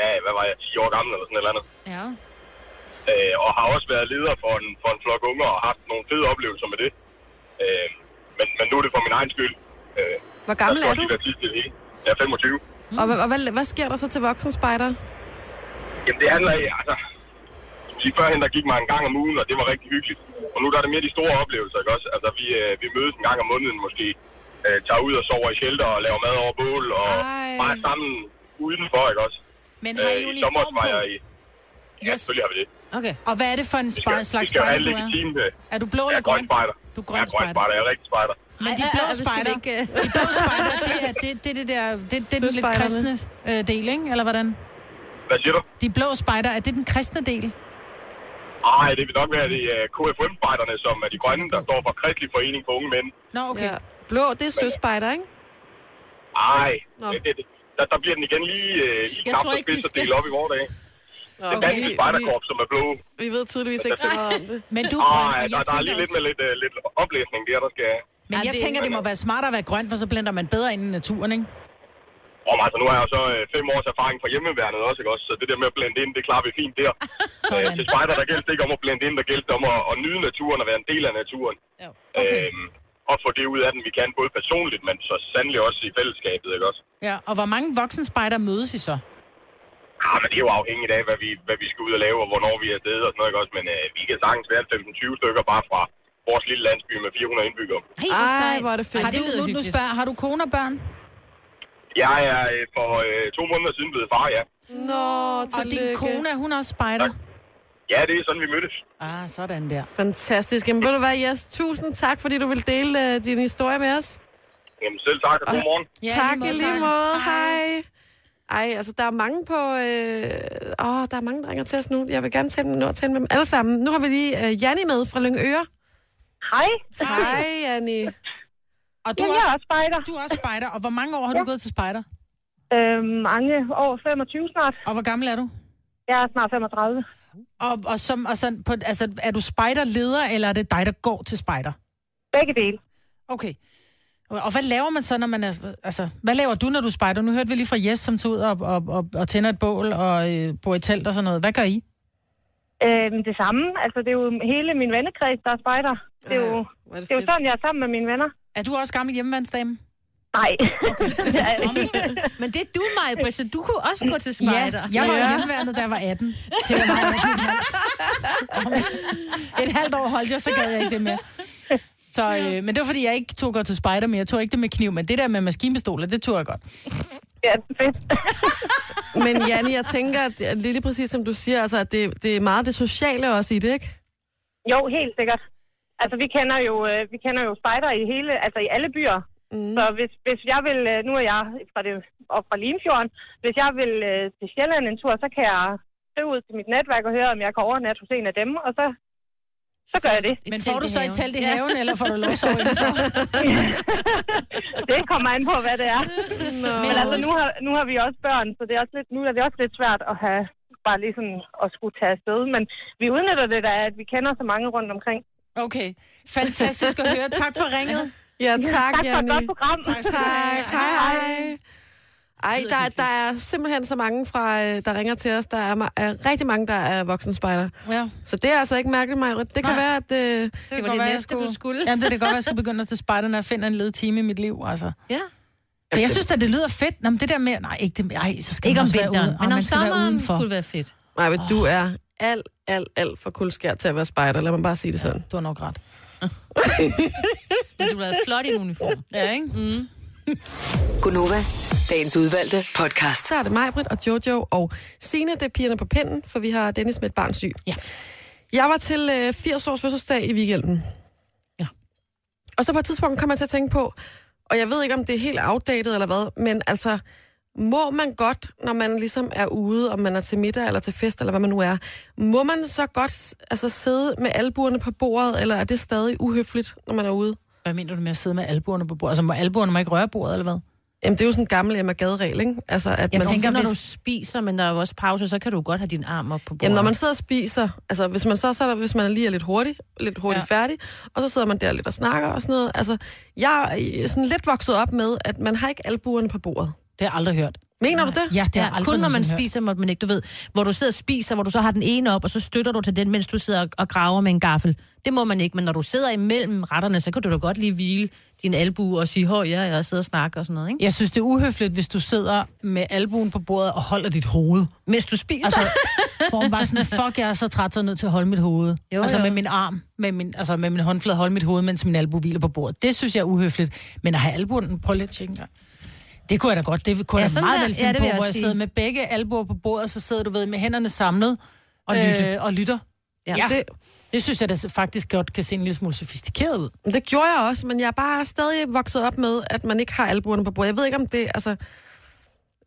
H: ja, hvad var jeg, 10 år gammel eller sådan et eller andet.
B: Ja.
H: Øh, og har også været leder for en, for en flok unger og haft nogle fede oplevelser med det. Øh, men, men nu er det for min egen skyld. Øh,
E: Hvor
H: jeg
E: gammel
H: tror,
E: er du?
H: de der tid til det hele. Jeg er 25.
E: Og, og, og hvad, hvad sker der så til voksenspejder?
H: Jamen det handler af, altså... som sige, Førhen der gik mig en gang om ugen, og det var rigtig hyggeligt. Og nu der er det mere de store oplevelser, ikke også? Altså vi, øh, vi mødes en gang om måneden måske, øh, tager ud og sover i shelter og laver mad over bål, og
E: Ej.
H: bare sammen udenfor, ikke også? Øh,
B: Men har I
H: I
B: uniform på?
H: sommerfejrer i... Ja,
B: Yes.
H: selvfølgelig har vi det.
C: Okay.
B: Og hvad er det for en
H: Vi skal,
B: spej-
H: vi
B: slags
H: skal jo have
B: spejder,
H: en
B: du er?
H: legitim... øh,
B: Er du blå
H: Jeg
B: eller
H: er grøn
B: grøn?
H: spejder.
B: Du er
H: jeg
B: grøn
H: er grøn
B: spejder.
H: spejder, jeg er rigtig spejder.
B: Men de
C: Ej, ej, ej,
B: blå
C: vi skal
B: spejder,
C: ikke, øh,
B: de blå spejder, det er det, det, er det der, det, det er den lidt
E: Søspejderne.
B: kristne øh, del, ikke? Eller hvordan?
H: Hvad siger du?
B: De blå spejder, er det den kristne del?
H: Ej, det vil nok være de uh, KFM-spejderne, som er de grønne, der står for Kristelig Forening for Unge Mænd.
B: Nå, okay.
E: Ja. Blå, det er søspejder, ikke?
H: Ej,
E: Nå.
H: det, det, det. Der, der bliver den igen lige, øh, lige
C: Jeg
H: knap
C: tror
H: så
C: ikke, vi
H: spids og
C: skal.
H: delt op i vores dag.
E: Nå,
H: Det danske
E: vi, vi,
H: spejderkorps, som er blå.
E: vi ved tydeligvis
H: <laughs>
E: ikke så meget om det.
B: Men du er grøn,
H: Ej,
B: og jeg
H: der, der er lige
B: tænker
H: lidt
B: også,
H: med lidt, øh, lidt oplæsning der, der skal...
B: men
C: Ja,
B: jeg
C: det er
B: tænker,
H: ikke-
B: det må være smartere at være grøn, for så blander man bedre ind i naturen, ikke?
H: Og altså, nu har jeg jo så øh, fem års erfaring fra hjemmeværnet også, ikke også? Så det der med at blende ind, det klarer vi fint der. øh,
B: Sådan.
H: til spejder, der gælder det ikke om at blende ind, der gælder det om at, at nyde naturen og være en del af naturen.
C: Ja.
B: Okay.
H: Øhm, og få det ud af den, vi kan, både personligt, men så sandelig også i fællesskabet, ikke også?
B: Ja, og hvor mange voksne spejder mødes I så?
H: Ah, men det er jo afhængigt af, hvad vi, hvad vi skal ud og lave, og hvornår vi er afsted og sådan noget, ikke også? Men øh, vi kan sagtens være 15-20 stykker bare fra vores lille landsby med 400 indbyggere.
C: Ej,
E: Ej,
C: sejt.
E: hvor er det fedt.
B: Har
C: Ej, det
B: du,
C: lyder
B: nu, nu
C: hyggeligt.
B: spørger, har du kone og børn?
H: Jeg er øh, for øh, to måneder siden blevet far, ja.
B: Og
E: Nå, tillykke.
B: din kone, er hun også spejder?
H: Ja, det er sådan, vi mødtes.
B: Ah, sådan der.
E: Fantastisk. Jamen, ved du hvad, Jes? Tusind tak, fordi du vil dele uh, din historie med os.
H: Jamen selv tak, og god morgen.
B: Ja, i
E: tak,
B: lige måde,
E: i lige
B: tak.
E: måde. Hej. Ej, altså, der er mange på... Øh... Åh, der er mange, der ringer til os nu. Jeg vil gerne tale med, nå at tale med dem alle sammen. Nu har vi lige øh, Janni med fra Lyngøre.
A: Hej.
E: Hej, Janni.
B: Og du
A: Du
B: er
A: er jeg er
B: også,
A: også spejder.
B: du er også spejder, og hvor mange år har du
A: Ja.
B: gået til spejder?
A: Øhm, mange år, 25 snart.
B: Og hvor gammel er du?
A: Jeg er snart 35.
B: Og, og, som, og sådan, på, altså, er du spejderleder, eller er det dig, der går til spejder?
A: Begge dele.
B: Okay. Og hvad laver man så, når man er... Altså, hvad laver du, når du er spejder? Nu hørte vi lige fra Jes, som tog ud og, og, og, og tænder et bål og øh, bor i telt og sådan noget. Hvad gør I?
A: Øhm, det samme. Altså, det er jo hele min vennekreds, der er spejder. Det er jo,
E: Ej, hvor er det
A: det er jo
E: fedt.
A: sådan, jeg er sammen med mine venner.
B: Er du også gammel hjemmevandsdame?
A: Nej. Okay.
C: Men det er du, Maja Britt, så du kunne også gå til
B: Ja,
C: spejder.
B: jeg var
E: Ja.
B: ja. hjemmeværende, da jeg var 18. Til jeg var 18 Et halvt år holdt jeg, så gad jeg ikke det med. Så, øh, men det var, fordi jeg ikke tog godt til spejder, men jeg tog ikke det med kniv. Men det der med maskinpistoler, det tog jeg godt.
A: ja, fedt. <laughs>
E: Men Janne, jeg tænker, at det er lige præcis som du siger, altså, at det, det er meget det sociale også i det, ikke?
A: Jo, helt sikkert. Altså, vi kender jo, øh, vi kender jo spejder i hele, altså i alle byer. Mm. Så hvis, hvis jeg vil, øh, nu er jeg fra, det, og fra Limfjorden, hvis jeg vil øh, til Sjælland en tur, så kan jeg skrive ud til mit netværk og høre, om jeg kan overnatte hos en af dem, og så, så gør jeg det.
B: Men får du så et telt i haven, ja. eller får du lov at sove indenfor?
A: Det kommer an på, hvad det er.
E: Nå.
A: Men altså, nu har, nu har vi også børn, så det er også lidt, nu er det også lidt svært at have bare ligesom at skulle tage afsted. Men vi udnytter det da, at vi kender så mange rundt omkring.
B: Okay, fantastisk at høre. Tak for ringet.
E: Ja, tak,
A: <laughs> Tak for et
E: Janne.
A: godt program.
E: Tak. Hej, hej. Ej, der, er- der er simpelthen så mange, fra, øh, der ringer til os. Der er, ma- er rigtig mange, der er voksenspejder.
B: Ja.
E: Så det er altså ikke mærkeligt, Maja. Det kan Nej. være, at... Øh,
B: Det,
C: var det næste, du skulle.
B: Jamen, det er det godt, at jeg skal begynde at til spejder, når jeg finder en ledig time i mit liv, altså.
C: Ja.
B: Men jeg synes at det lyder fedt. Nå, men det der med... Nej, ikke det med... Ej, så skal
C: Ikke
B: man
C: om
B: også være
C: vinteren,
B: ude.
C: men
B: Ej,
C: om
B: man skal være
C: sommeren
B: udenfor.
C: kunne det ah, være fedt.
E: Maja, oh. du er alt, alt, alt for kulskær til at være spejder. Lad mig bare sige det sådan.
B: Du har nok ret.
C: Men du havde flot i en uniform.
B: Ja, ikke? Mm.
G: Gunova, dagens udvalgte podcast.
E: Så er det mig, Britt og Jojo og Sine, det er pigerne på pinden, for vi har Dennis med et barn syg.
B: Ja.
E: Jeg var til øh, 80 års fødselsdag i weekenden.
B: Ja.
E: Og så på et tidspunkt kom jeg til at tænke på, og jeg ved ikke, om det er helt outdated eller hvad, men altså, må man godt, når man ligesom er ude, om man er til middag eller til fest, eller hvad man nu er, må man så godt s- altså, sidde med albuerne på bordet, eller er det stadig uhøfligt, når man er ude?
B: Hvad mener du med at sidde med albuerne på bordet? Altså, må albuerne må ikke røre bordet, eller hvad?
E: Jamen, det er jo sådan en gammel Emma Gade-regel, ikke? Altså, at
C: Jeg
E: man
C: tænker,
B: tænker,
C: når
B: hvis-
C: du spiser, men der er jo også pause, så kan du godt have din arm op på bordet.
E: Jamen, når man sidder og spiser, altså hvis man så, så er der, hvis man lige er lidt hurtig, lidt hurtigt ja. færdig, og så sidder man der lidt og snakker og sådan noget. Altså, jeg er sådan lidt vokset op med, at man har ikke albuerne på bordet.
B: Det har jeg aldrig hørt.
E: Mener Nej. du det?
B: Ja, det har
C: Ja,
B: jeg aldrig
C: kun når man
B: nogensinde hørt.
C: spiser, må man ikke, du ved, hvor du sidder og spiser, hvor du så har den ene op, og så støtter du til den, mens du sidder og- og graver med en gaffel. Det må man ikke, men når du sidder imellem retterne, så kan du da godt lige hvile din albue og sige, hør, ja, jeg sidder og snakker og sådan noget, ikke?
B: Jeg synes, det er uhøfligt, hvis du sidder med albuen på bordet og holder dit hoved.
C: Mens du spiser.
B: Altså, hvor man bare sådan, fuck, jeg er så træt, så jeg er nødt til at holde mit hoved.
C: Jo,
B: Jo, altså
C: jo.
B: med min arm, med min, altså med min håndflade, holde mit hoved, mens min albu hviler på bordet. Det synes jeg er uhøfligt. Men at have albuen, prøv lige at tjekke en gang. Det kunne jeg da godt. Det kunne ja,
C: Ja,
B: jeg da
C: sådan
B: meget
C: der.
B: vel
C: Ja,
B: finde
C: det
B: på,
C: vil jeg
B: hvor
C: også
B: jeg
C: sige.
B: sidder med begge albuer på bordet, så sidder du ved med hænderne samlet
C: Og lytte.
B: Øh, og lytter.
C: Ja.
B: Ja.
E: Det,
B: Det synes jeg da faktisk godt kan se en lille smule sofistikeret ud.
E: det gjorde jeg også, men jeg er bare stadig vokset op med, at man ikke har albuerne på bordet. Jeg ved ikke, om det, altså...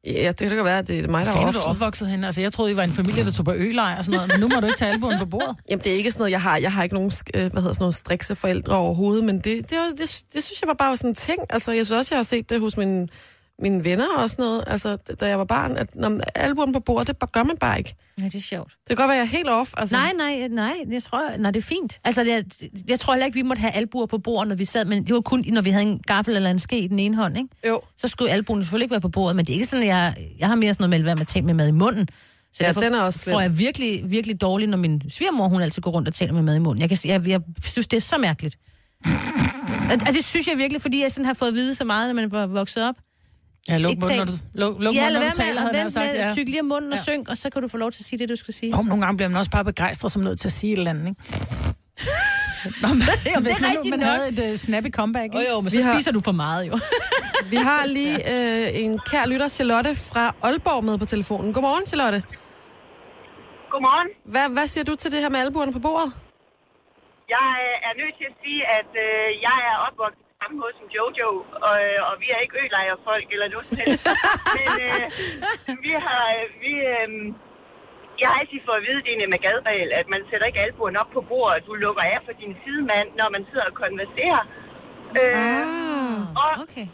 E: Ja, det kan da være, at det er mig, der
B: Hvor
E: er
B: er du
E: offer.
B: opvokset henne? Altså, jeg troede, I var en familie, der tog på ølejr og sådan noget, men nu må du ikke tage albuen på bordet.
E: Jamen, det er ikke sådan noget, jeg har. Jeg har ikke nogen, sk- øh, hvad hedder sådan nogle strikse forældre overhovedet, men det, det, var- det, det, synes jeg var bare sådan en ting. Altså, jeg synes også, jeg har set det hos mine, mine venner og sådan noget, altså, d- da jeg var barn, at når man- albuerne på bordet, det bare- gør man bare ikke.
C: <laughs> Ja, det er sjovt.
E: Det kan godt være, jeg er helt off. Altså.
C: Nej, nej, nej, jeg tror, nej, det er fint. Altså, jeg, jeg tror heller ikke, vi måtte have albuer på bordet, når vi sad, men det var kun, når vi havde en gaffel eller en ske i den ene hånd, ikke?
E: Jo.
C: Så skulle albuen selvfølgelig ikke være på bordet, men det er ikke sådan, at jeg, jeg har mere sådan noget med at lade være med at tale med mad i munden. Så
E: Ja,
C: derfor
E: den er også slem.
C: får jeg virkelig, virkelig dårligt, når min svigermor, hun altid går rundt og taler med mad i munden. Jeg, kan, sige- jeg, jeg synes, det er så
B: <laughs>
C: mærkeligt. og, og, det synes jeg virkelig, fordi jeg sådan har fået at vide så meget, når man var vokset op.
B: Ja, luk
C: Ikke
B: munden, når
C: tal.
B: du, luk, luk
C: ja,
B: munden,
C: lad
B: når
C: være
B: du
C: med
B: taler,
C: at
B: havde jeg
C: vente
B: sagt.
C: med
B: Ja.
C: at tykke lige om munden og synk, og så kan du få lov til at sige det, du skal sige.
B: Jo, men nogle gange bliver man også bare begejstret som nødt til at sige et eller andet,
C: <laughs>
B: ikke? Nå, men, det hvis man, nu-
C: rigtigt
B: man
C: nok.
B: havde et uh, snappy comeback, ikke?
C: men
E: Vi har-
C: du for meget, jo.
E: Vi har lige øh, en kær lytter, Charlotte fra Aalborg, med på telefonen. Godmorgen, Charlotte.
A: Godmorgen.
E: Hvad, hvad siger du til det her med albuerne på bordet?
A: Jeg øh, er nødt til at sige, at øh, jeg er opvokset på samme måde som Jojo, og, øh, og vi er ikke ølejerfolk eller noget som
E: <laughs>
A: helst. Men øh, vi har... øh, Vi, øh, jeg har altid fået at vide, det er en Emma Gadregel, at man sætter ikke albuen op på bordet. Du lukker af for din sidemand, når man sidder og konverserer. Øh,
E: Ah.
A: og
C: Okay.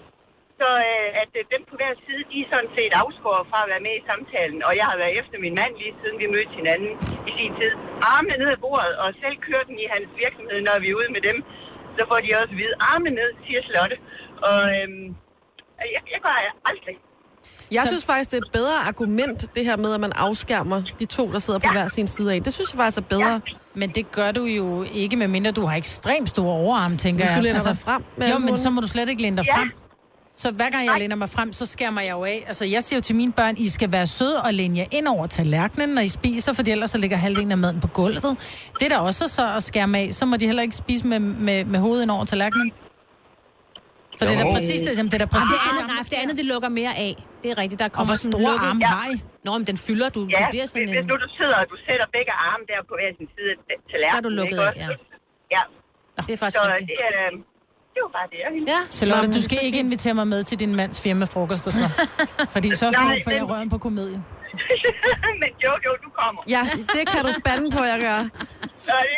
A: så øh, at øh, dem på hver side, de er sådan set afskåret fra at være med i samtalen. Og jeg har været efter min mand lige siden vi mødte hinanden i sin tid. Armene ned ad bordet, og selv kører den i hans virksomhed, når vi er ude med dem. Så får de også at vide, armene ned, siger Slotte. Og øhm, jeg, jeg gør aldrig.
E: Jeg synes faktisk, det er et bedre argument, det her med, at man afskærmer de to, der sidder på hver sin side af. Det synes jeg faktisk er bedre.
B: Men det gør du jo ikke, medmindre du har ekstremt store overarme, tænker
E: Du
B: jeg. Altså,
E: skulle læne dig frem med
B: jo, men
E: albuerne.
B: så må du slet ikke læne dig
A: Ja.
B: frem. Så hver gang jeg læner mig frem, så skærmer jeg jo af. Altså, jeg siger jo til mine børn, I skal være søde og læne jer ind over tallerkenen, når I spiser, for ellers så ligger halvdelen af maden på gulvet. Det er da også så at skærme af. Så må de heller ikke spise med, med, med hovedet ind over tallerkenen. For det er da
I: Jo.
B: præcis det, jamen, det, er da præcis
C: Det
B: det,
C: andet,
B: samme,
C: nej,
B: der
C: det
B: sker.
C: andet, det lukker mere af. Det er rigtigt, der
B: Og
C: kommer
B: hvor
C: sådan
B: store
C: lukket-
B: arme har I?
C: Nå, men den fylder, du,
A: Ja,
C: du bliver sådan
A: hvis, hvis
C: en...
A: nu du sidder, og du sætter begge arme der på hver sin side af ta- tallerkenen,
C: Så er du lukket
A: ikke
C: af,
A: også?
C: ja.
A: ja.
C: Det er
A: Så
C: faktisk rigtigt.
A: det er, øh, det var bare det, jeg ville.
C: Ja,
B: Charlotte,
C: Nå,
B: du
C: men
B: skal
C: så
B: ikke
C: fint.
B: invitere mig med til din mands firmafrokoster så. Fordi så
A: Nej,
B: får jeg
A: men-
B: røven på komedie.
A: <laughs> Men Jojo, du kommer.
E: Ja, det kan du bande på, jeg gør.
A: Ja, det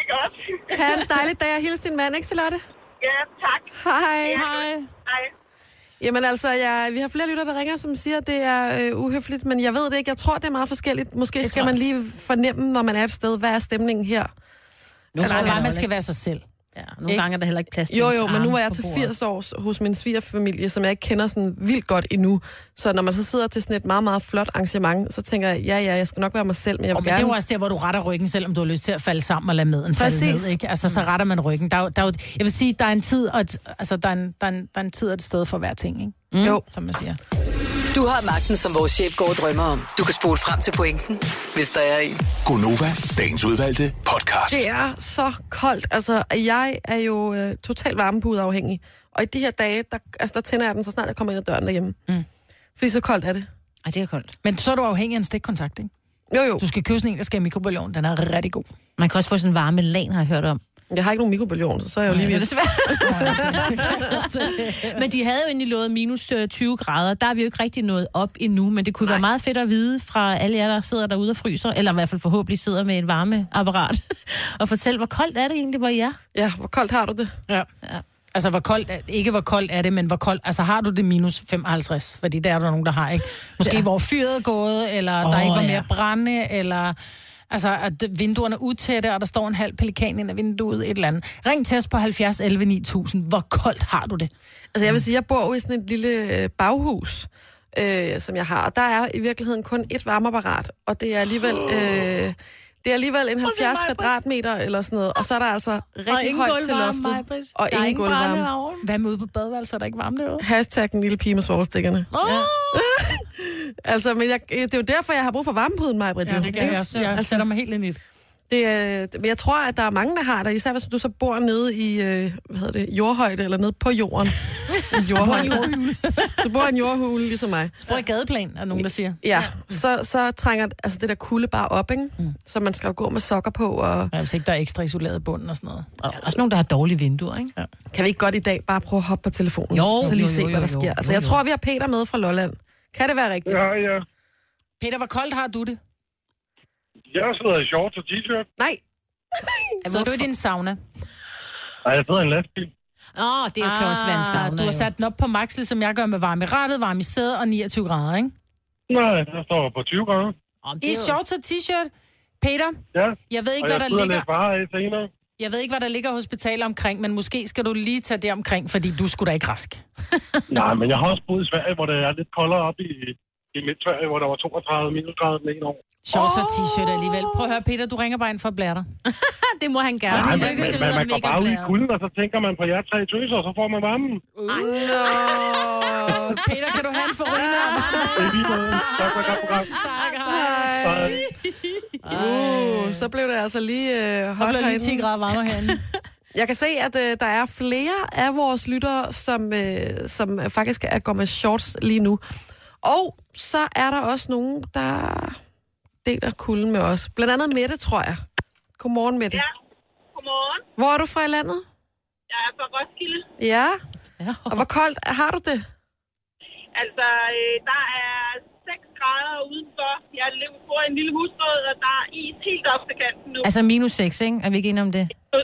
A: er godt.
E: Ha' en dejlig dag og hils din mand, ikke Charlotte?
A: Ja, tak.
E: Hej.
B: Hej.
A: Hej.
E: Jamen altså, jeg, vi har flere lytter, der ringer, som siger, at det er øh, uhøfligt, men jeg ved det ikke. Jeg tror, det er meget forskelligt. Måske det skal
C: tror jeg
E: man lige fornemme, når man er et sted, hvad er stemningen her?
C: Nogle
B: Altså,
C: gange,
B: bare,
C: er der
B: man skal være sig selv.
C: Ja, nogle gange er der heller ikke plads til
E: Jo,
C: ens
E: jo, men nu
C: arme
E: var jeg
C: på
E: til
C: bordet.
E: 80 år hos min svigerfamilie, som jeg ikke kender sådan vildt godt endnu. Så når man så sidder til sådan et meget, meget flot arrangement, så tænker jeg, ja, ja, jeg skal nok være mig selv, men jeg
B: Og
E: vil
B: men det er
E: gerne...
B: jo også der, hvor du retter ryggen, selvom du har lyst til at falde sammen og lade maden falde
E: Præcis. Mm.
B: ned, ikke? Altså, så retter man ryggen. Der er, jo- der er, jo- jeg vil sige, der er en tid og et, altså, der er en, der er en, der er en tid og et sted for hver ting, ikke? Mm.
E: Jo.
B: Som man siger.
G: Du har magten, som vores chef går og drømmer om. Du kan spole frem til pointen, hvis der er en.
D: Gonova, dagens udvalgte podcast.
E: Det er så koldt. Altså, jeg er jo øh, totalt varmepudeafhængig. Og i de her dage, der, altså, der tænder jeg den, så snart jeg kommer ind ad døren derhjemme. Mm. Fordi så koldt er det.
C: Ej, det er koldt.
B: Men så er du afhængig af en stikkontakt, ikke?
E: Jo, jo.
B: Du skal købe sådan en, der skal i mikrobølgeovnen. Den er rigtig god.
C: Man kan også få sådan en varme lan, har jeg hørt
E: <laughs>
C: om.
E: Jeg har ikke nogen mikrobølgeovn, så, så er jeg jo lige
C: Det er
E: ved.
C: desværre. men de havde jo egentlig lovet minus øh, 20 grader. Der er vi jo ikke rigtig nået op endnu, men det kunne Nej. være meget fedt at vide fra alle jer, der sidder derude og fryser, eller i hvert fald forhåbentlig sidder med et varmeapparat, <laughs> og fortæl, hvor koldt er det egentlig, hvor I er?
E: Ja, hvor koldt har du det?
B: Ja. ja. Altså, hvor koldt, er- ikke hvor koldt er det, men hvor koldt, altså har du det minus 55? Fordi der er der nogen, der har, ikke? Måske ja. hvor fyret er gået, eller oh, der
C: Åh,
B: ikke var mere
C: ja.
B: brænde, eller altså, at vinduerne er utætte, og der står en halv pelikan ind ad vinduet, et eller andet. Ring til os på 70 11 9000. Hvor koldt har du det?
E: Altså, jeg vil sige, jeg bor jo i sådan et lille øh, baghus, øh, som jeg har. Og der er i virkeligheden kun et varmeapparat, og det er <gasps> alligevel... Øh, det er alligevel en 70 kvadratmeter eller sådan noget, og så er der altså rigtig højt til loftet. Og ingen gulvvarme.
B: Hvad med ude på badeværelset? Er der ikke varmt derude?
E: Hashtag den lille pige med svovlstikkerne.
B: Ja.
E: Altså, men jeg, det er jo derfor, jeg har brug for varmepuden, mig, Britt. Altså,
B: Ja, det kan jeg. Jeg sætter mig helt ind i det.
E: Det er, men jeg tror, at der er mange, der har det, især hvis du så bor nede i, øh, hvad hedder det, jordhøjde, eller nede på jorden. I jordhøjde. du bor i en jordhule, ligesom mig.
B: Sprøj gadeplan, er nogen, der siger.
E: Ja, så, så trænger altså, det der kulde bare op, ikke? Så man skal jo gå med sokker på, og
B: Ja, hvis ikke der er ekstra isoleret bund og sådan noget.
C: Og også nogen, der har dårlige vinduer, ikke? Ja.
E: kan vi ikke godt i dag bare prøve at hoppe på telefonen,
C: Jo,
E: så lige
C: jo,
E: se,
C: jo,
E: hvad der
C: jo, jo,
E: sker. Altså,
C: jo,
E: jeg
C: jo.
E: tror, vi har Peter med fra Lolland. Kan det være rigtigt?
H: Ja, ja.
B: Peter, hvor koldt har du det?
H: Jeg sidder i shorts og t-shirt.
E: Nej,
B: Så du i din sauna?
H: Nej, jeg sidder i en lastbil.
C: Åh, oh, det ah, kan også være en sauna.
B: Du har
C: jo.
B: sat den op på max, som jeg gør med varme i rettet, varme i sædet og 29 grader, ikke?
H: Nej, jeg står på 20 grader.
C: Åh, men det
B: I
C: er jo-
B: shorts og t-shirt. Peter,
H: Ja,
B: jeg ved
H: og
B: ikke,
H: jeg
B: hvad der
H: sidder
B: ligger,
H: lidt bare af senere.
B: jeg ved ikke, hvad der ligger hospitaler omkring, men måske skal du lige tage det omkring, fordi du skulle da ikke rask.
H: Nej, men jeg har også boet i Sverige, hvor det er lidt koldere op i, i midt-Sverige, hvor der var 32 minus grader den ene år.
B: Shorts og t-shirt alligevel. Prøv at høre, Peter, du ringer bare ind for at blære dig.
C: det må han gerne.
H: Nej,
C: Det
H: men,
C: lykkes
H: men,
C: jo,
H: men
C: når
H: man går
C: ikke
H: bare
C: er
H: ud i
C: blæret.
H: kulden, og så tænker man på jer tre tøser, og så får man varmen.
E: no.
B: Peter, kan du have en forrygende
H: Det er lige noget. Tak for et godt program.
B: Tak,
H: Hej.
E: Uh, så blev det altså lige øh, hot
B: hej.
E: herinde.
B: lige 10 grader varmere herinde.
E: Jeg kan se, at øh, der er flere af vores lyttere, som, øh, som faktisk er, går med shorts lige nu. Og så er der også nogen, der deler kulden med os. Blandt andet Mette, tror jeg. Godmorgen, Mette.
A: Ja. Godmorgen.
E: Hvor er du fra i landet?
A: Jeg er fra Roskilde.
E: Ja.
C: Ja.
E: Og hvor koldt har du det?
A: Altså, øh, der er 6 grader udenfor. Jeg lever bor i en lille husbåd, og der er is helt <laughs> op til kanten nu.
C: Altså minus 6, ikke? Er vi ikke enige om det?
A: Ja,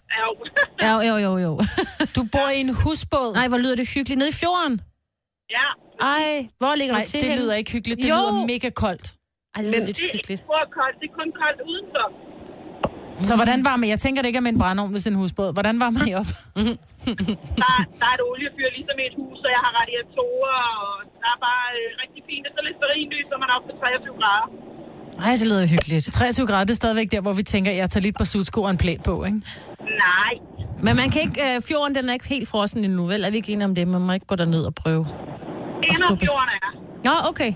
A: jo.
C: Jo, jo, jo, <laughs> jo.
B: Du bor i en husbåd.
C: Nej, hvor lyder det hyggeligt. Nede i fjorden?
A: ja.
C: Ej, hvor ligger
B: Nej,
C: du til
B: det
C: henne?
B: lyder ikke hyggeligt. Det
C: Jo.
B: lyder mega koldt.
C: Ej, det lyder lidt hyggeligt.
A: Det er ikke koldt. Det er kun koldt udenfor.
B: Så hvordan varmer Jeg tænker det ikke er med en brændeovn, hvis det er en husbåd. Hvordan varmer <laughs> I op?
A: Der, der er et oliefyr ligesom i et hus, og jeg har radiatorer, og der er bare øh, rigtig fint. Og så lidt stearinlys, og man er oppe på 23 grader.
C: Ej, det lyder hyggeligt.
B: 23 grader, det er stadigvæk der, hvor vi tænker, jeg tager lidt på sudsko og en plæt på, ikke?
A: Nej.
C: Men man kan ikke, øh, fjorden den er ikke helt frossen endnu, vel? Er vi ikke enige om det? Man må ikke gå derned og prøve.
A: Ender
C: stå på-
A: fjorden er.
C: Nå, okay.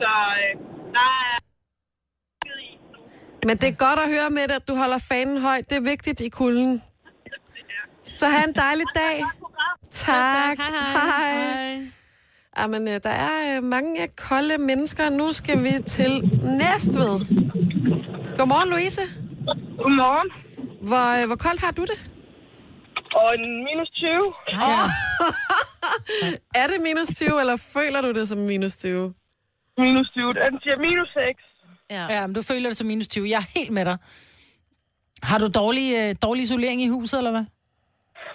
A: Så øh, der er... i.
E: Men det er godt at høre med at du holder fanen højt. Det er vigtigt i kulden. Så have en dejlig dag. Tak.
C: Hej,
E: Hej. hej. Jamen, øh, der er øh, mange kolde mennesker. Nu skal vi til Næstved. Godmorgen, Louise.
A: Godmorgen.
E: Hvor, øh, hvor koldt har du det?
A: Og en minus 20.
E: Er det minus 20, eller føler du det som minus 20?
A: Minus 20. Den siger minus 6.
C: Ja.
B: Ja, men du føler det som minus 20. Jeg er helt med dig. Har du dårlig, øh, dårlig isolering i huset, eller hvad?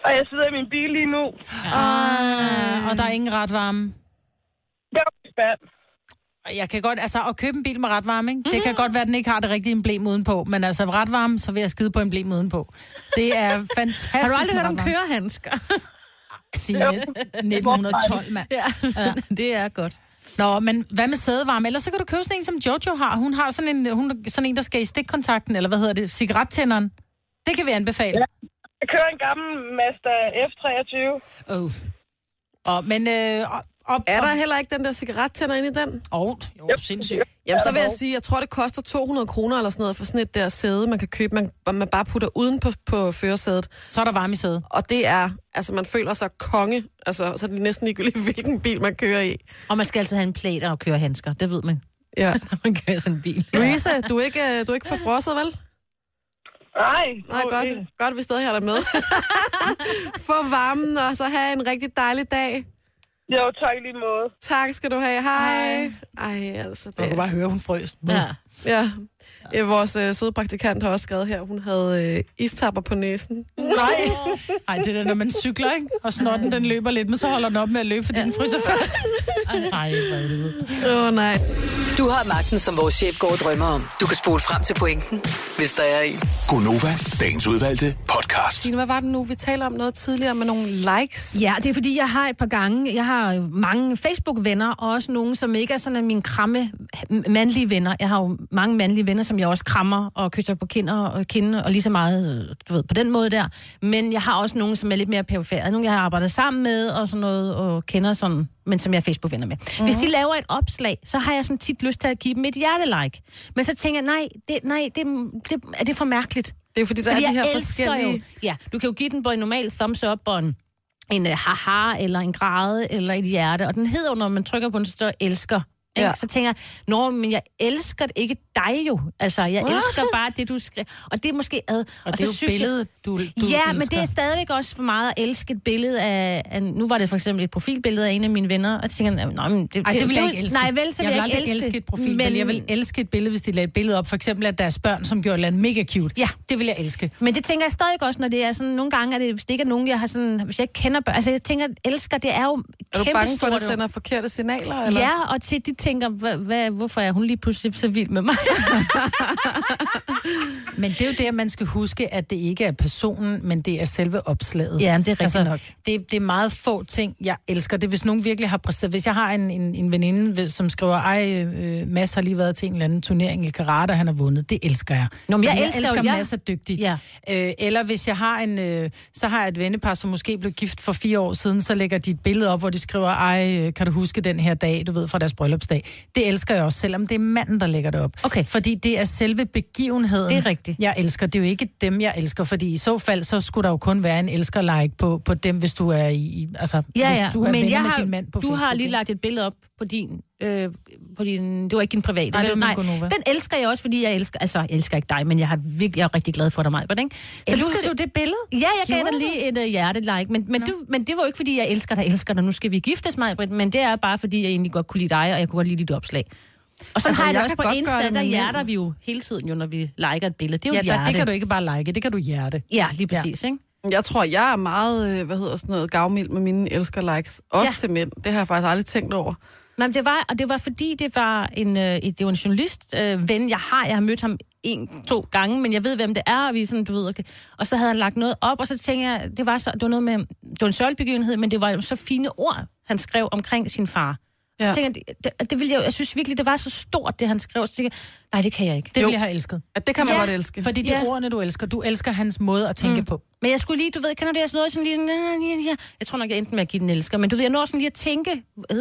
A: Og jeg sidder i min bil lige nu.
B: Ja, og der er ingen retvarme.
A: Jeg er i spand.
B: Og Jeg kan godt, altså at købe en bil med retvarme, ikke?
C: Mhm.
B: det kan godt være, at den ikke har det rigtige emblem udenpå, men altså retvarme, så vil jeg skide på emblem udenpå. Det er fantastisk.
C: <laughs> Har du aldrig hørt om
B: med retvarme.
C: kørehandsker?
B: Signe, 1912, <laughs> mand.
C: ja, det er godt.
B: Nå, men hvad med sædevarme? Ellers så kan du købe sådan en, som Jojo har. Hun har sådan en, hun, sådan en der skal i stikkontakten, eller hvad hedder det, cigarettænderen. Det kan vi anbefale.
A: Jeg kører en gammel Mazda F23.
B: Ja. Oh. Og, men, øh, op, op,
E: Er der heller ikke den der cigarettænder inde i den?
B: Oh, jo, sindssygt.
E: Jamen, så vil jeg sige, jeg tror, det koster 200 kroner eller sådan noget for sådan et der sæde, man kan købe, man, hvor man bare putter uden på, på førersædet.
B: Så er der varme i sædet.
E: Og det er, altså man føler sig konge, altså så er det næsten ligegyldigt, <laughs> hvilken bil man kører i.
C: Og man skal altid have en plæt og kørehandsker, det ved man,
E: Ja.
C: <laughs> når man kører sådan en bil.
E: Louise, du er ikke, øh, du er ikke forfrosset, vel?
A: Nej.
E: Nej, godt, godt vi stadig har dig
A: <laughs>
E: med. Få varmen, og så have en rigtig dejlig dag.
A: Jo, tak i lige måde.
E: Tak skal du have. Hej. Ej, altså det.
B: bare høre, hun frøs.
C: Ja.
E: Ja. ja. Vores øh, søde praktikant har også skrevet her, hun havde øh, istapper på næsen.
B: Nej. Nej, det er da, når man cykler, ikke? Og snotten, den løber lidt, men så holder den op med at løbe, fordi ja. den fryser
C: <laughs>
B: fast. Nej, hvor er det ud.
E: Åh oh, nej.
G: Du har magten, som vores chef går og drømmer om. Du kan spole frem til pointen, hvis der er en.
D: Gonova, dagens udvalgte podcast.
E: Stine, hvad var det nu? Vi talte om noget tidligere med nogle likes.
C: Ja, det er fordi, jeg har et par gange, jeg har jo mange Facebook-venner, og også nogle, som ikke er sådan af mine kramme mandlige venner. Jeg har jo mange mandlige venner, som jeg også krammer og kysser på kinder og kinder, og lige så meget, øh, du ved, på den måde der. Men jeg har også nogle, som er lidt mere perifære. Nogle, jeg har arbejdet sammen med og sådan noget, og kender sådan, men som jeg er Facebook-venner med. Mm-hmm. Hvis
B: Mhm.
C: de laver et opslag, så har jeg sådan tit lyst til at give dem et hjertelike. Men så tænker jeg, nej, det, nej det, mm, det, er det for mærkeligt?
E: Det er fordi, der
C: Fordi
E: er de
C: jeg
E: her
C: elsker
E: forskellige...
C: jo... Ja, du kan jo give den både en normal thumbs up og en, en uh, haha, eller en grade, eller et hjerte. Og den hedder jo, når man trykker på den, så står der elsker.
E: Ja.
C: Ja. Så tænker jeg, nå, men jeg elsker det ikke dig jo. Altså, jeg elsker bare det, du skriver. Og det er måske ad. Og,
B: Og det
C: så
B: er jo
C: synes jeg-
B: billedet, du, du
C: ja,
B: elsker.
C: men det er stadigvæk også for meget at elske et billede af, af... Nu var det for eksempel et profilbillede af en af mine venner, og så tænker jeg, nej, men det,
B: Ej, det vil jeg ikke elske.
C: Nej, vel, så vil jeg,
B: aldrig
C: ikke elske
B: et profilbillede. Men... Jeg vil elske et billede, hvis de lagde et billede op. For eksempel af deres børn, som gjorde et eller andet mega cute.
C: Ja.
B: Det vil jeg elske.
C: Men det tænker jeg stadig også, når det er sådan, nogle gange, er det, hvis det ikke er nogen, jeg har sådan, hvis jeg ikke kender børn, altså jeg tænker, elsker, det er jo
E: Er du
C: kæmpe
E: bange for, at
C: stort,
E: det
C: jo.
E: sender forkerte signaler? Eller?
C: Ja, og til de tænker, hva, hva, hvorfor er hun lige pludselig så vild med mig?
B: Men det er jo det, at man skal huske, at det ikke er personen, men det er selve opslaget. Altså,
C: Ja, men det er rigtigt nok.
B: Det, det er meget få ting, jeg elsker. Det er, hvis nogen virkelig har præsteret. Hvis jeg har en, en, en veninde, ved- som skriver, ej, øh, Mads har lige været til en eller anden turnering i karate, og han har vundet. Det elsker jeg.
C: Nå, men jeg
B: Fordi
C: elsker
B: jeg
C: jo-
B: elsker
C: jeg-
B: Mads er dygtig.
C: Ja.
B: Øh, eller hvis jeg har en, øh, så har jeg et vennepar, som måske blev gift for fire år siden, så lægger de et billede op, hvor de skriver, ej, øh, kan du huske den her dag, du ved, fra deres bryllupsdag. Det elsker jeg også, selvom det er manden, der lægger det op.
C: Okay.
B: Fordi det er selve begivenheden.
C: Det er rigtigt.
B: Mm. Jeg elsker. Det er jo ikke dem, jeg elsker, fordi i så fald, så skulle der jo kun være en elsker-like på, på dem, hvis du er i- i, altså,
C: ja,
B: hvis
C: ja,
B: du er venner
C: men jeg
B: med
C: har,
B: din mand på
C: du
B: Facebook.
C: har lige
B: ikke?
C: lagt et billede op på din, øh, på din, det var ikke din private.
B: Nej, det
C: vel?
B: var min Gonova.
C: den elsker jeg også, fordi jeg elsker, altså jeg elsker ikke dig, men jeg, har virkelig, jeg er rigtig glad for dig, Maja, ikke? Så
B: Elsker du det billede?
C: Ja, jeg gav
B: Gjorde
C: dig
B: du
C: lige et uh, hjerte-like, men, men, du, men det var jo ikke, fordi jeg elsker dig, elsker dig, nu skal vi giftes, mig, Britt, men det er bare, fordi jeg egentlig godt kunne lide dig, og jeg kunne godt lide dit opslag. Og så
E: Altså,
C: altså, har jeg,
E: jeg
C: det også
E: kan
C: på
E: godt gøre
C: Insta,
E: det
C: der
E: med min-
C: hjerter vi jo hele tiden, jo, når vi liker et billede. Det er jo
B: Ja,
C: et
B: der,
C: hjerte.
B: det kan du ikke bare like, det kan du hjerte.
C: Ja, lige præcis, ja. ikke?
E: Jeg tror, jeg er meget, øh, hvad hedder sådan noget, gavmild med mine elsker-likes. Også
C: Ja.
E: ja. til mænd. Det har jeg faktisk aldrig tænkt over.
C: Men det var, og det var fordi, det var en, øh, et- det var en journalist, øh, ven, jeg har. Jeg har mødt ham en, to gange, men jeg ved, hvem det er, og vi er sådan, du ved, okay. Og så havde han lagt noget op, og så tænkte jeg, det var, så, det var noget med, det var en sørgebegivenhed, men det var jo så fine ord, han skrev omkring sin far. Ja.
E: Ja.
C: Så tænker jeg, det, det ville jeg, jeg synes virkelig, det var så stort, det han skrev. Så tænker jeg, nej, det kan jeg ikke.
B: Det
E: Jo.
B: ville jeg have elsket.
E: At det kan man
C: Ja,
E: godt elske.
B: Fordi det er
C: Ja.
B: ordene, du elsker. Du elsker hans måde at tænke mm. på.
C: Men jeg skulle lige, du ved, kender det, jeg sådan noget, sådan lige, nej, nej, nej, nej. jeg tror nok, jeg endte med at give den elsker, men du ved, jeg når sådan lige at tænke, øh,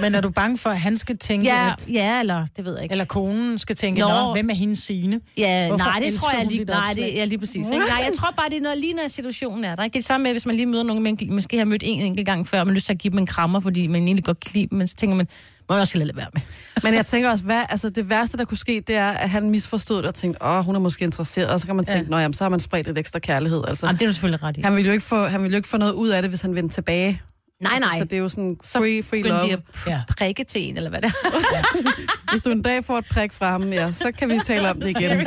B: Men er du bange for, at han skal tænke,
C: ja,
B: ja. at,
C: ja, eller det ved jeg ikke.
B: eller konen skal tænke,
C: Nå.
B: Nå, hvem er hendes sine?
C: Ja,
B: Hvorfor
C: nej, det
B: elsker
C: tror jeg
B: hun
C: lige,
B: dit
C: nej,
B: opslag?
C: det, ja, lige præcis. Ikke? Nej, jeg tror bare, det er noget lige, når situationen er der. Ikke? Det er det samme med, hvis man lige møder nogen, man måske har mødt en enkelt gang før, og man har lyst til at give dem en krammer, fordi man egentlig godt kan lide dem, men så tænker man, må jeg også
B: <laughs>
C: lade være med.
E: Men jeg tænker også, hvad, altså det værste, der kunne ske, det er, at han misforstod det og tænkte, åh, hun er måske interesseret, og så kan man tænke, ja. nå jamen, så har man spredt lidt ekstra kærlighed. Altså.
C: Jamen, det er du selvfølgelig ret i.
E: Han ville jo ikke få, han ville jo ikke få noget ud af det, hvis han vendte tilbage.
C: Nej, nej.
E: Altså, så det er jo sådan free, free
C: Begyndte de
E: love.
C: at
B: Ja.
C: prikke til en, eller hvad det er. <laughs>
E: Hvis du en dag får et prik fra ham, ja, så <laughs> kan vi tale om det igen.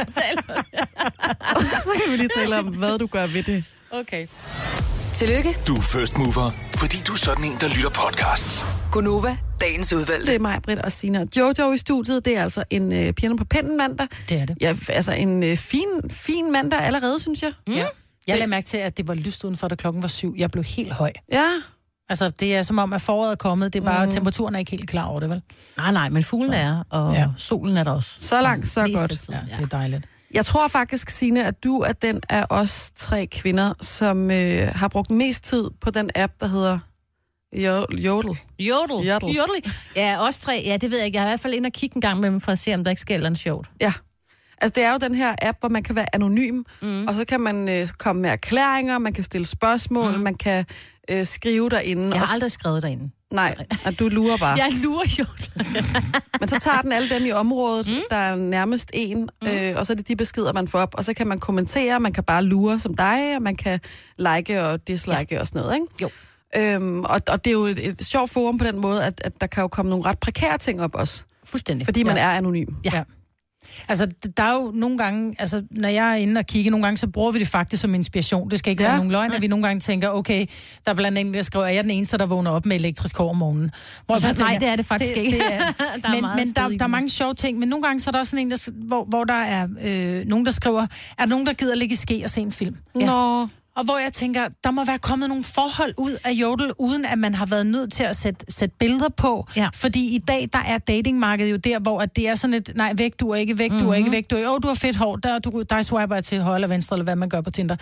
E: så kan vi lige tale om, hvad du gør ved det.
C: Okay.
G: Tillykke,
D: Du er first mover, fordi du er sådan en, der lytter podcasts.
G: Gunova, dagens udvalgte.
E: Det er mig, Britt og Sina og Jojo i studiet. Det er altså en øh, pigerne på pinden mandag.
B: Det er det.
E: Ja, altså en øh, fin, fin mandag allerede, synes jeg. Mm.
B: Ja. Jeg lagde mærke til, at det var lyst udenfor, da klokken var syv. Jeg blev helt høj.
E: Ja,
B: Altså, det er som om, at foråret er kommet. Det er bare, mm. temperaturen er ikke helt klar over det, vel?
C: Nej, nej, men fuglen er, og
B: Ja.
C: ja. solen er der også.
E: så langt, så
C: Mest af
E: godt.
C: tiden,
B: Ja, det er dejligt.
E: Jeg tror faktisk, Sine, at du er den af os tre kvinder, som øh, har brugt mest tid på den app, der hedder Jo- Jodel.
C: Jodel.
E: Jodel.
C: Jodel. Ja, os tre. Ja, det ved jeg ikke. Jeg har i hvert fald ind og kigge en gang med dem for at se, om der ikke sker et eller andet sjovt.
E: Ja. Altså, det er jo den her app, hvor man kan være anonym, mm. og så kan man øh, komme med erklæringer, man kan stille spørgsmål, mm. man kan øh, skrive derinde.
C: Jeg
E: og s-
C: har aldrig skrevet derinde.
E: Nej, og du lurer bare.
C: Jeg lurer Jodel.
E: Men så tager den alle dem i området, mm. der er nærmest en, øh, og så er det de beskeder, man får op. Og så kan man kommentere, man kan bare lure som dig, og man kan like og dislike ja. og sådan noget, ikke?
C: Jo.
E: Øhm, og, og det er jo et, et sjovt forum på den måde, at, at der kan jo komme nogle ret prekære ting op også,
C: Fuldstændig.
E: fordi man
B: Ja.
E: er anonym.
B: Ja. ja. Altså, d- der er jo nogle gange, altså, når jeg er inde og kigger nogle gange, så bruger vi det faktisk som inspiration. Det skal ikke
E: Ja.
B: ja. være nogen løgn, at vi nogle gange tænker, okay, der er blandt andet, der skriver, at jeg er den eneste, der vågner op med elektrisk hår om morgenen. Hvor jeg bare
C: Nej,
B: tænker,
C: det er det faktisk ikke.
B: Det er,
C: <laughs> Der er
B: men
C: meget
B: men der,
C: sted i
B: der er
C: den.
B: mange sjove ting, men nogle gange så er der også sådan en, der, s- hvor, hvor der er øh, nogen, der skriver, er der nogen, der gider ligge i ske og se en film?
E: Ja. Nå,
B: Og hvor jeg tænker, der må være kommet nogle forhold ud af Jodel, uden at man har været nødt til at sætte, sætte billeder på.
C: Ja.
B: Fordi i dag, der er datingmarkedet jo der, hvor at det er sådan et, nej, væk du er ikke, væk du er
C: Mhm.
B: ikke, væk du er ikke. Åh, du har fedt hår, der, er du, dig swiper jeg til højre eller venstre, eller hvad man gør på Tinder.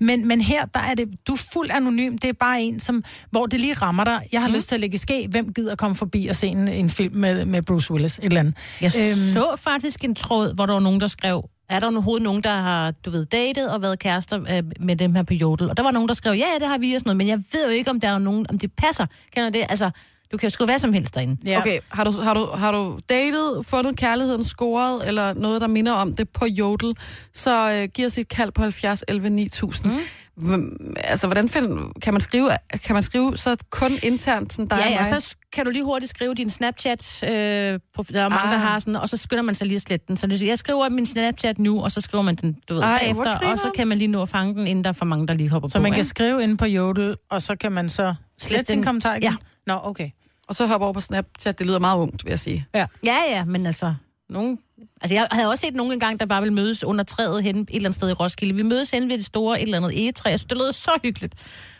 B: Men, men her, der er det, du er fuld anonym, det er bare en, som, hvor det lige rammer dig. Jeg har
C: Mhm.
B: mm. lyst til at lægge i ske, hvem gider komme forbi og se en, en film med, med Bruce Willis, et eller andet.
C: Jeg
B: Øhm.
C: så faktisk en tråd, hvor der var nogen, der skrev, er der overhovedet nogen, der har, du ved, datet og været kærester øh, med dem her på Jodel? Og der var nogen, der skrev, ja, det har vi og sådan noget, men jeg ved jo ikke, om der er nogen, om det passer. Kender du det? Altså, du kan jo skrive hvad som helst derinde.
E: ja. okay. Har du, har, du, har du datet, fundet kærligheden, scoret, eller noget, der minder om det på Jodel, så øh, giv os et kald på 70 11 9000. Mm. altså, hvordan find, kan, man skrive, kan man skrive så kun internt, sådan dig
C: Ja,
E: og mig?
C: ja, så s- kan du lige hurtigt skrive din Snapchat, øh, på, der er mange,
E: Ah.
C: ah. der har sådan, og så skynder man sig lige at slette den. Så du siger, jeg skriver min Snapchat nu, og så skriver man den, du ved,
E: Ej,
C: Ej,
E: hvor
C: bagefter, og så
E: grineren.
C: kan man lige nå at fange den, inden der er for mange, der lige hopper
B: Så
C: på.
B: man kan
C: ikke?
B: skrive ind på Jodel, og så kan man så slette sin
C: den.
B: kommentar igen.
C: Ja.
B: Nå, okay.
E: Og så hop over på Snapchat. Det lyder meget ungt, vil jeg sige.
B: Ja.
C: Ja, ja, men altså, nogen... Altså, jeg havde også set nogen engang, der bare ville mødes under træet hen et eller andet sted i Roskilde. Vi mødes hen ved det store et eller andet egetræ. Altså, det lød så hyggeligt.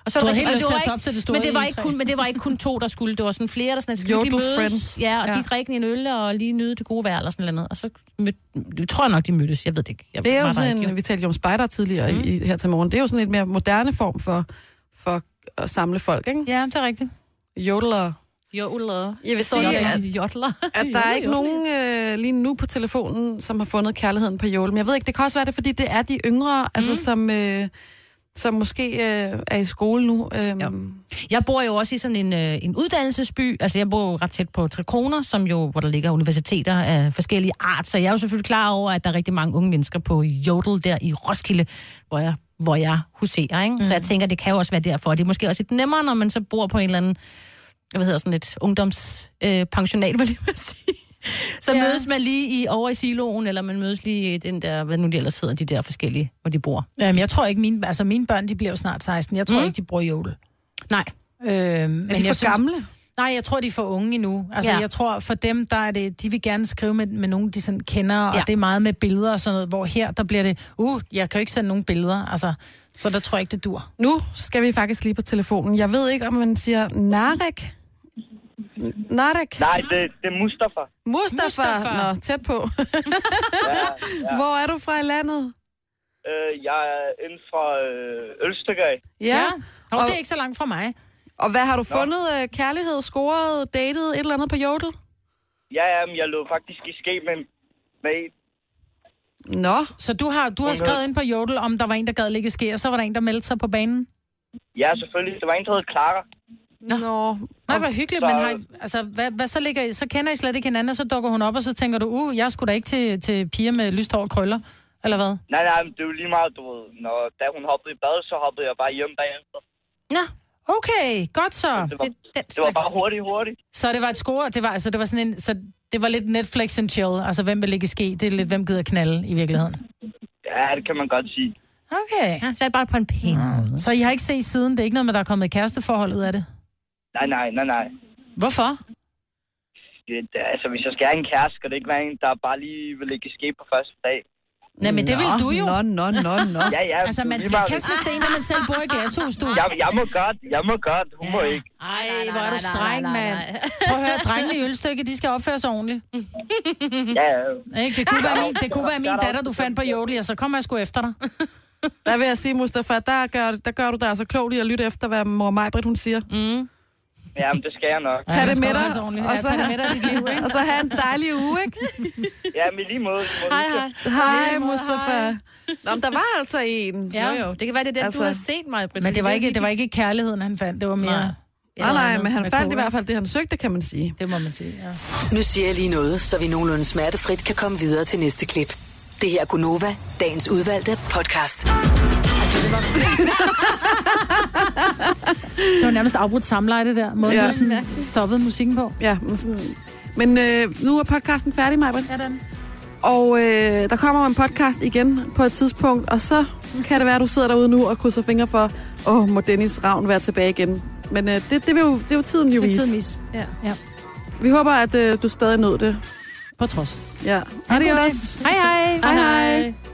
C: Og så
B: Du
C: var
B: havde
C: rigtig-
B: helt
C: og
B: lyst til
C: var
B: at tage
C: ikke-
B: op til det store
C: men det var ikke
B: egetræ.
C: kun, Men det var ikke kun to, der skulle. Det var sådan flere, der sådan, skal vi
E: Jodel
C: lige mødes?
E: friends.
C: Ja, og
B: Ja.
C: ja. de drikke en øl og lige nyde det gode vejr eller sådan noget. Og så mød, det tror jeg nok, de mødtes. Jeg ved det ikke. Jeg
E: Det er
C: var
E: jo
C: der
E: sådan,
C: ikke,
E: en, vi talte jo om spejder tidligere mm. i, her til morgen, det er jo sådan en mere moderne form for, for at samle folk, ikke?
B: Ja, det er rigtigt.
E: Jodler.
C: Jodler.
E: Jeg vil
C: Står
E: sige,
C: der
E: at,
C: bare jodler.
E: <laughs> at der er ikke
C: Jodler.
E: nogen øh, lige nu på telefonen, som har fundet kærligheden på jodel. Men jeg ved ikke, det kan også være det, fordi det er de yngre, mm. altså som, øh, som måske øh, er i skole nu. Øh,
C: Jeg bor jo også i sådan en, øh, en uddannelsesby. Altså, jeg bor jo ret tæt på Trikoner, som jo, hvor der ligger universiteter af forskellige art. Så jeg er jo selvfølgelig klar over, at der er rigtig mange unge mennesker på Jodel der i Roskilde, hvor jeg, hvor jeg huserer. Ikke? Mm. Så jeg tænker, det kan jo også være derfor. Det er måske også lidt nemmere, når man så bor på en eller anden, hvad hedder sådan et ungdomspensionat, øh, pensionat, vil jeg lige sige. Så
B: Ja.
C: ja. mødes man lige i, over i siloen, eller man mødes lige i den der, hvad nu de ellers hedder, de der forskellige, hvor de bor.
B: Jamen, Øhm, jeg tror ikke, mine, altså mine børn, de bliver jo snart 16. Jeg tror mm. ikke, de bruger jodel.
C: Nej.
B: Øhm, er men
E: er de for gamle?
B: Nej, jeg tror, de er for unge endnu. Altså, ja.
C: Ja.
B: jeg tror, for dem, der er det, de vil gerne skrive med, med nogen, de sådan kender, og ja.
C: Ja.
B: det er meget med billeder og sådan noget, hvor her, der bliver det, uh, jeg kan jo ikke sende nogen billeder, altså, så der tror jeg ikke, det dur.
E: Nu skal vi faktisk lige på telefonen. Jeg ved ikke, om man siger narek. Narek?
I: Nej, det, det er Mustafa.
E: Mustafa. Mustafa.
B: Mustafa.
E: Nå, tæt
B: <laughs>
E: på.
I: Ja, ja.
E: Hvor er du fra i landet?
I: Øh, jeg er inden fra øh, Ølstykker af.
E: Ja.
B: Ja.
E: ja.
B: Nå,
E: Og-
B: det er ikke så langt fra mig.
E: Og hvad har du fundet? øh, Kærlighed, scoret, datet, et eller andet på Jodel?
I: Ja, ja, men jeg lå faktisk i ske med, med en.
E: Nå,
B: Så du har, du har skrevet ind på Jodel, om der var en, der gad ligge i ske, og så var der en, der meldte sig på banen?
I: Ja, selvfølgelig. Det var en, der hed Clara.
E: Nå. Nå.
B: Nej, hvor hyggeligt, men har, altså, hvad, hvad så, ligger, I- så kender I slet ikke hinanden, og så dukker hun op, og så tænker du, uh, jeg skulle da ikke til, til piger med lyst hår og krøller, eller hvad?
I: Nej, nej, men det er jo lige meget, du ved. Når, da hun hoppede i bad, så hoppede jeg bare hjem bagefter.
C: Nå,
B: Okay, godt så.
I: Det var,
C: den
I: det var
C: slags...
I: bare hurtigt, hurtigt.
B: Så det var et score, det var, altså, det var sådan en, så det var lidt Netflix and chill, altså hvem vil ligge i ske, det er lidt, hvem gider knalde i virkeligheden.
I: Ja, det kan man godt sige.
B: Okay. Ah.
C: Ja, så er det bare på en pæn.
B: Så I har ikke set siden, det er ikke noget med, der er kommet et kæresteforhold ud af det?
I: Nej, nej, nej, nej.
B: Hvorfor?
I: Det, det, altså, hvis jeg skal have en kæreste, skal det ikke være en, der bare lige vil ligge i ske på første dag.
B: Nej, men det vil du jo.
E: Nå, nå, nå, nå.
I: Ja, ja.
B: Altså,
I: det er
B: man
I: lige
B: skal
I: meget.
B: kaste med sten, når man selv bor i glashus, du.
I: Jeg, jeg må godt, jeg må godt. Hun må ikke.
B: Ej, hvor
C: nej,
B: er du
C: nej,
B: streng,
C: nej, nej,
B: mand.
C: nej.
B: Prøv at høre, drengene i ølstykke, de skal opføre sig ordentligt.
I: Ja, ja.
B: Ikke? Det kunne være min, det kunne være min datter, du fandt på Jodel, og så kommer jeg sgu efter dig.
E: Der vil jeg sige, Mustafa, der gør, der gør du dig altså klogt i at lytte efter, hvad mor Majbrit, hun siger. Mm.
I: Jamen, det skal jeg nok.
E: Tag
B: man
E: det
B: skal
E: med dig,
B: opføre sig ordentligt. Ja, tag det med dig i dit liv, ikke?
E: og så have en dejlig uge, ikke?
I: <laughs> Ja, men i lige måde. I må
C: Hej,
I: lige-
C: hej.
E: Hej, Mustafa. Nå, men der var altså en.
C: Ja. Jo, jo. Det kan være, det er den, altså...
E: Altså-
C: du har set mig, Britt.
B: Men det var
C: er
B: ikke, det var
C: vigtigt.
B: ikke kærligheden, han fandt. Det var mere...
E: Nej, nej, men han
B: Med
E: fandt
B: cola.
E: i hvert fald det, han søgte, kan man sige.
B: Det må man sige, ja.
G: Nu siger jeg lige noget, så vi nogenlunde smertefrit kan komme videre til næste klip. Det her er Gunova, dagens udvalgte podcast.
B: Det var nærmest afbrudt samleje, det der. Måden,
E: Ja.
B: ja. du sådan stoppede musikken på.
E: Ja, men sådan... Men øh, nu er podcasten færdig, Majbrit. Ja, den. Og øh, der kommer jo en podcast igen på et tidspunkt, og så kan det være, at du sidder derude nu og krydser fingre for, åh, oh, må Dennis Ravn være tilbage igen. Men øh, det, det, vil jo, det er jo tiden, jo
B: Det er
E: vise.
B: tiden vis.
C: Ja.
B: ja.
E: Vi håber, at øh, du stadig nåede det.
B: På trods.
E: Ja.
B: god dag.
E: Adios.
B: Hej, hej.
E: Hej, hej.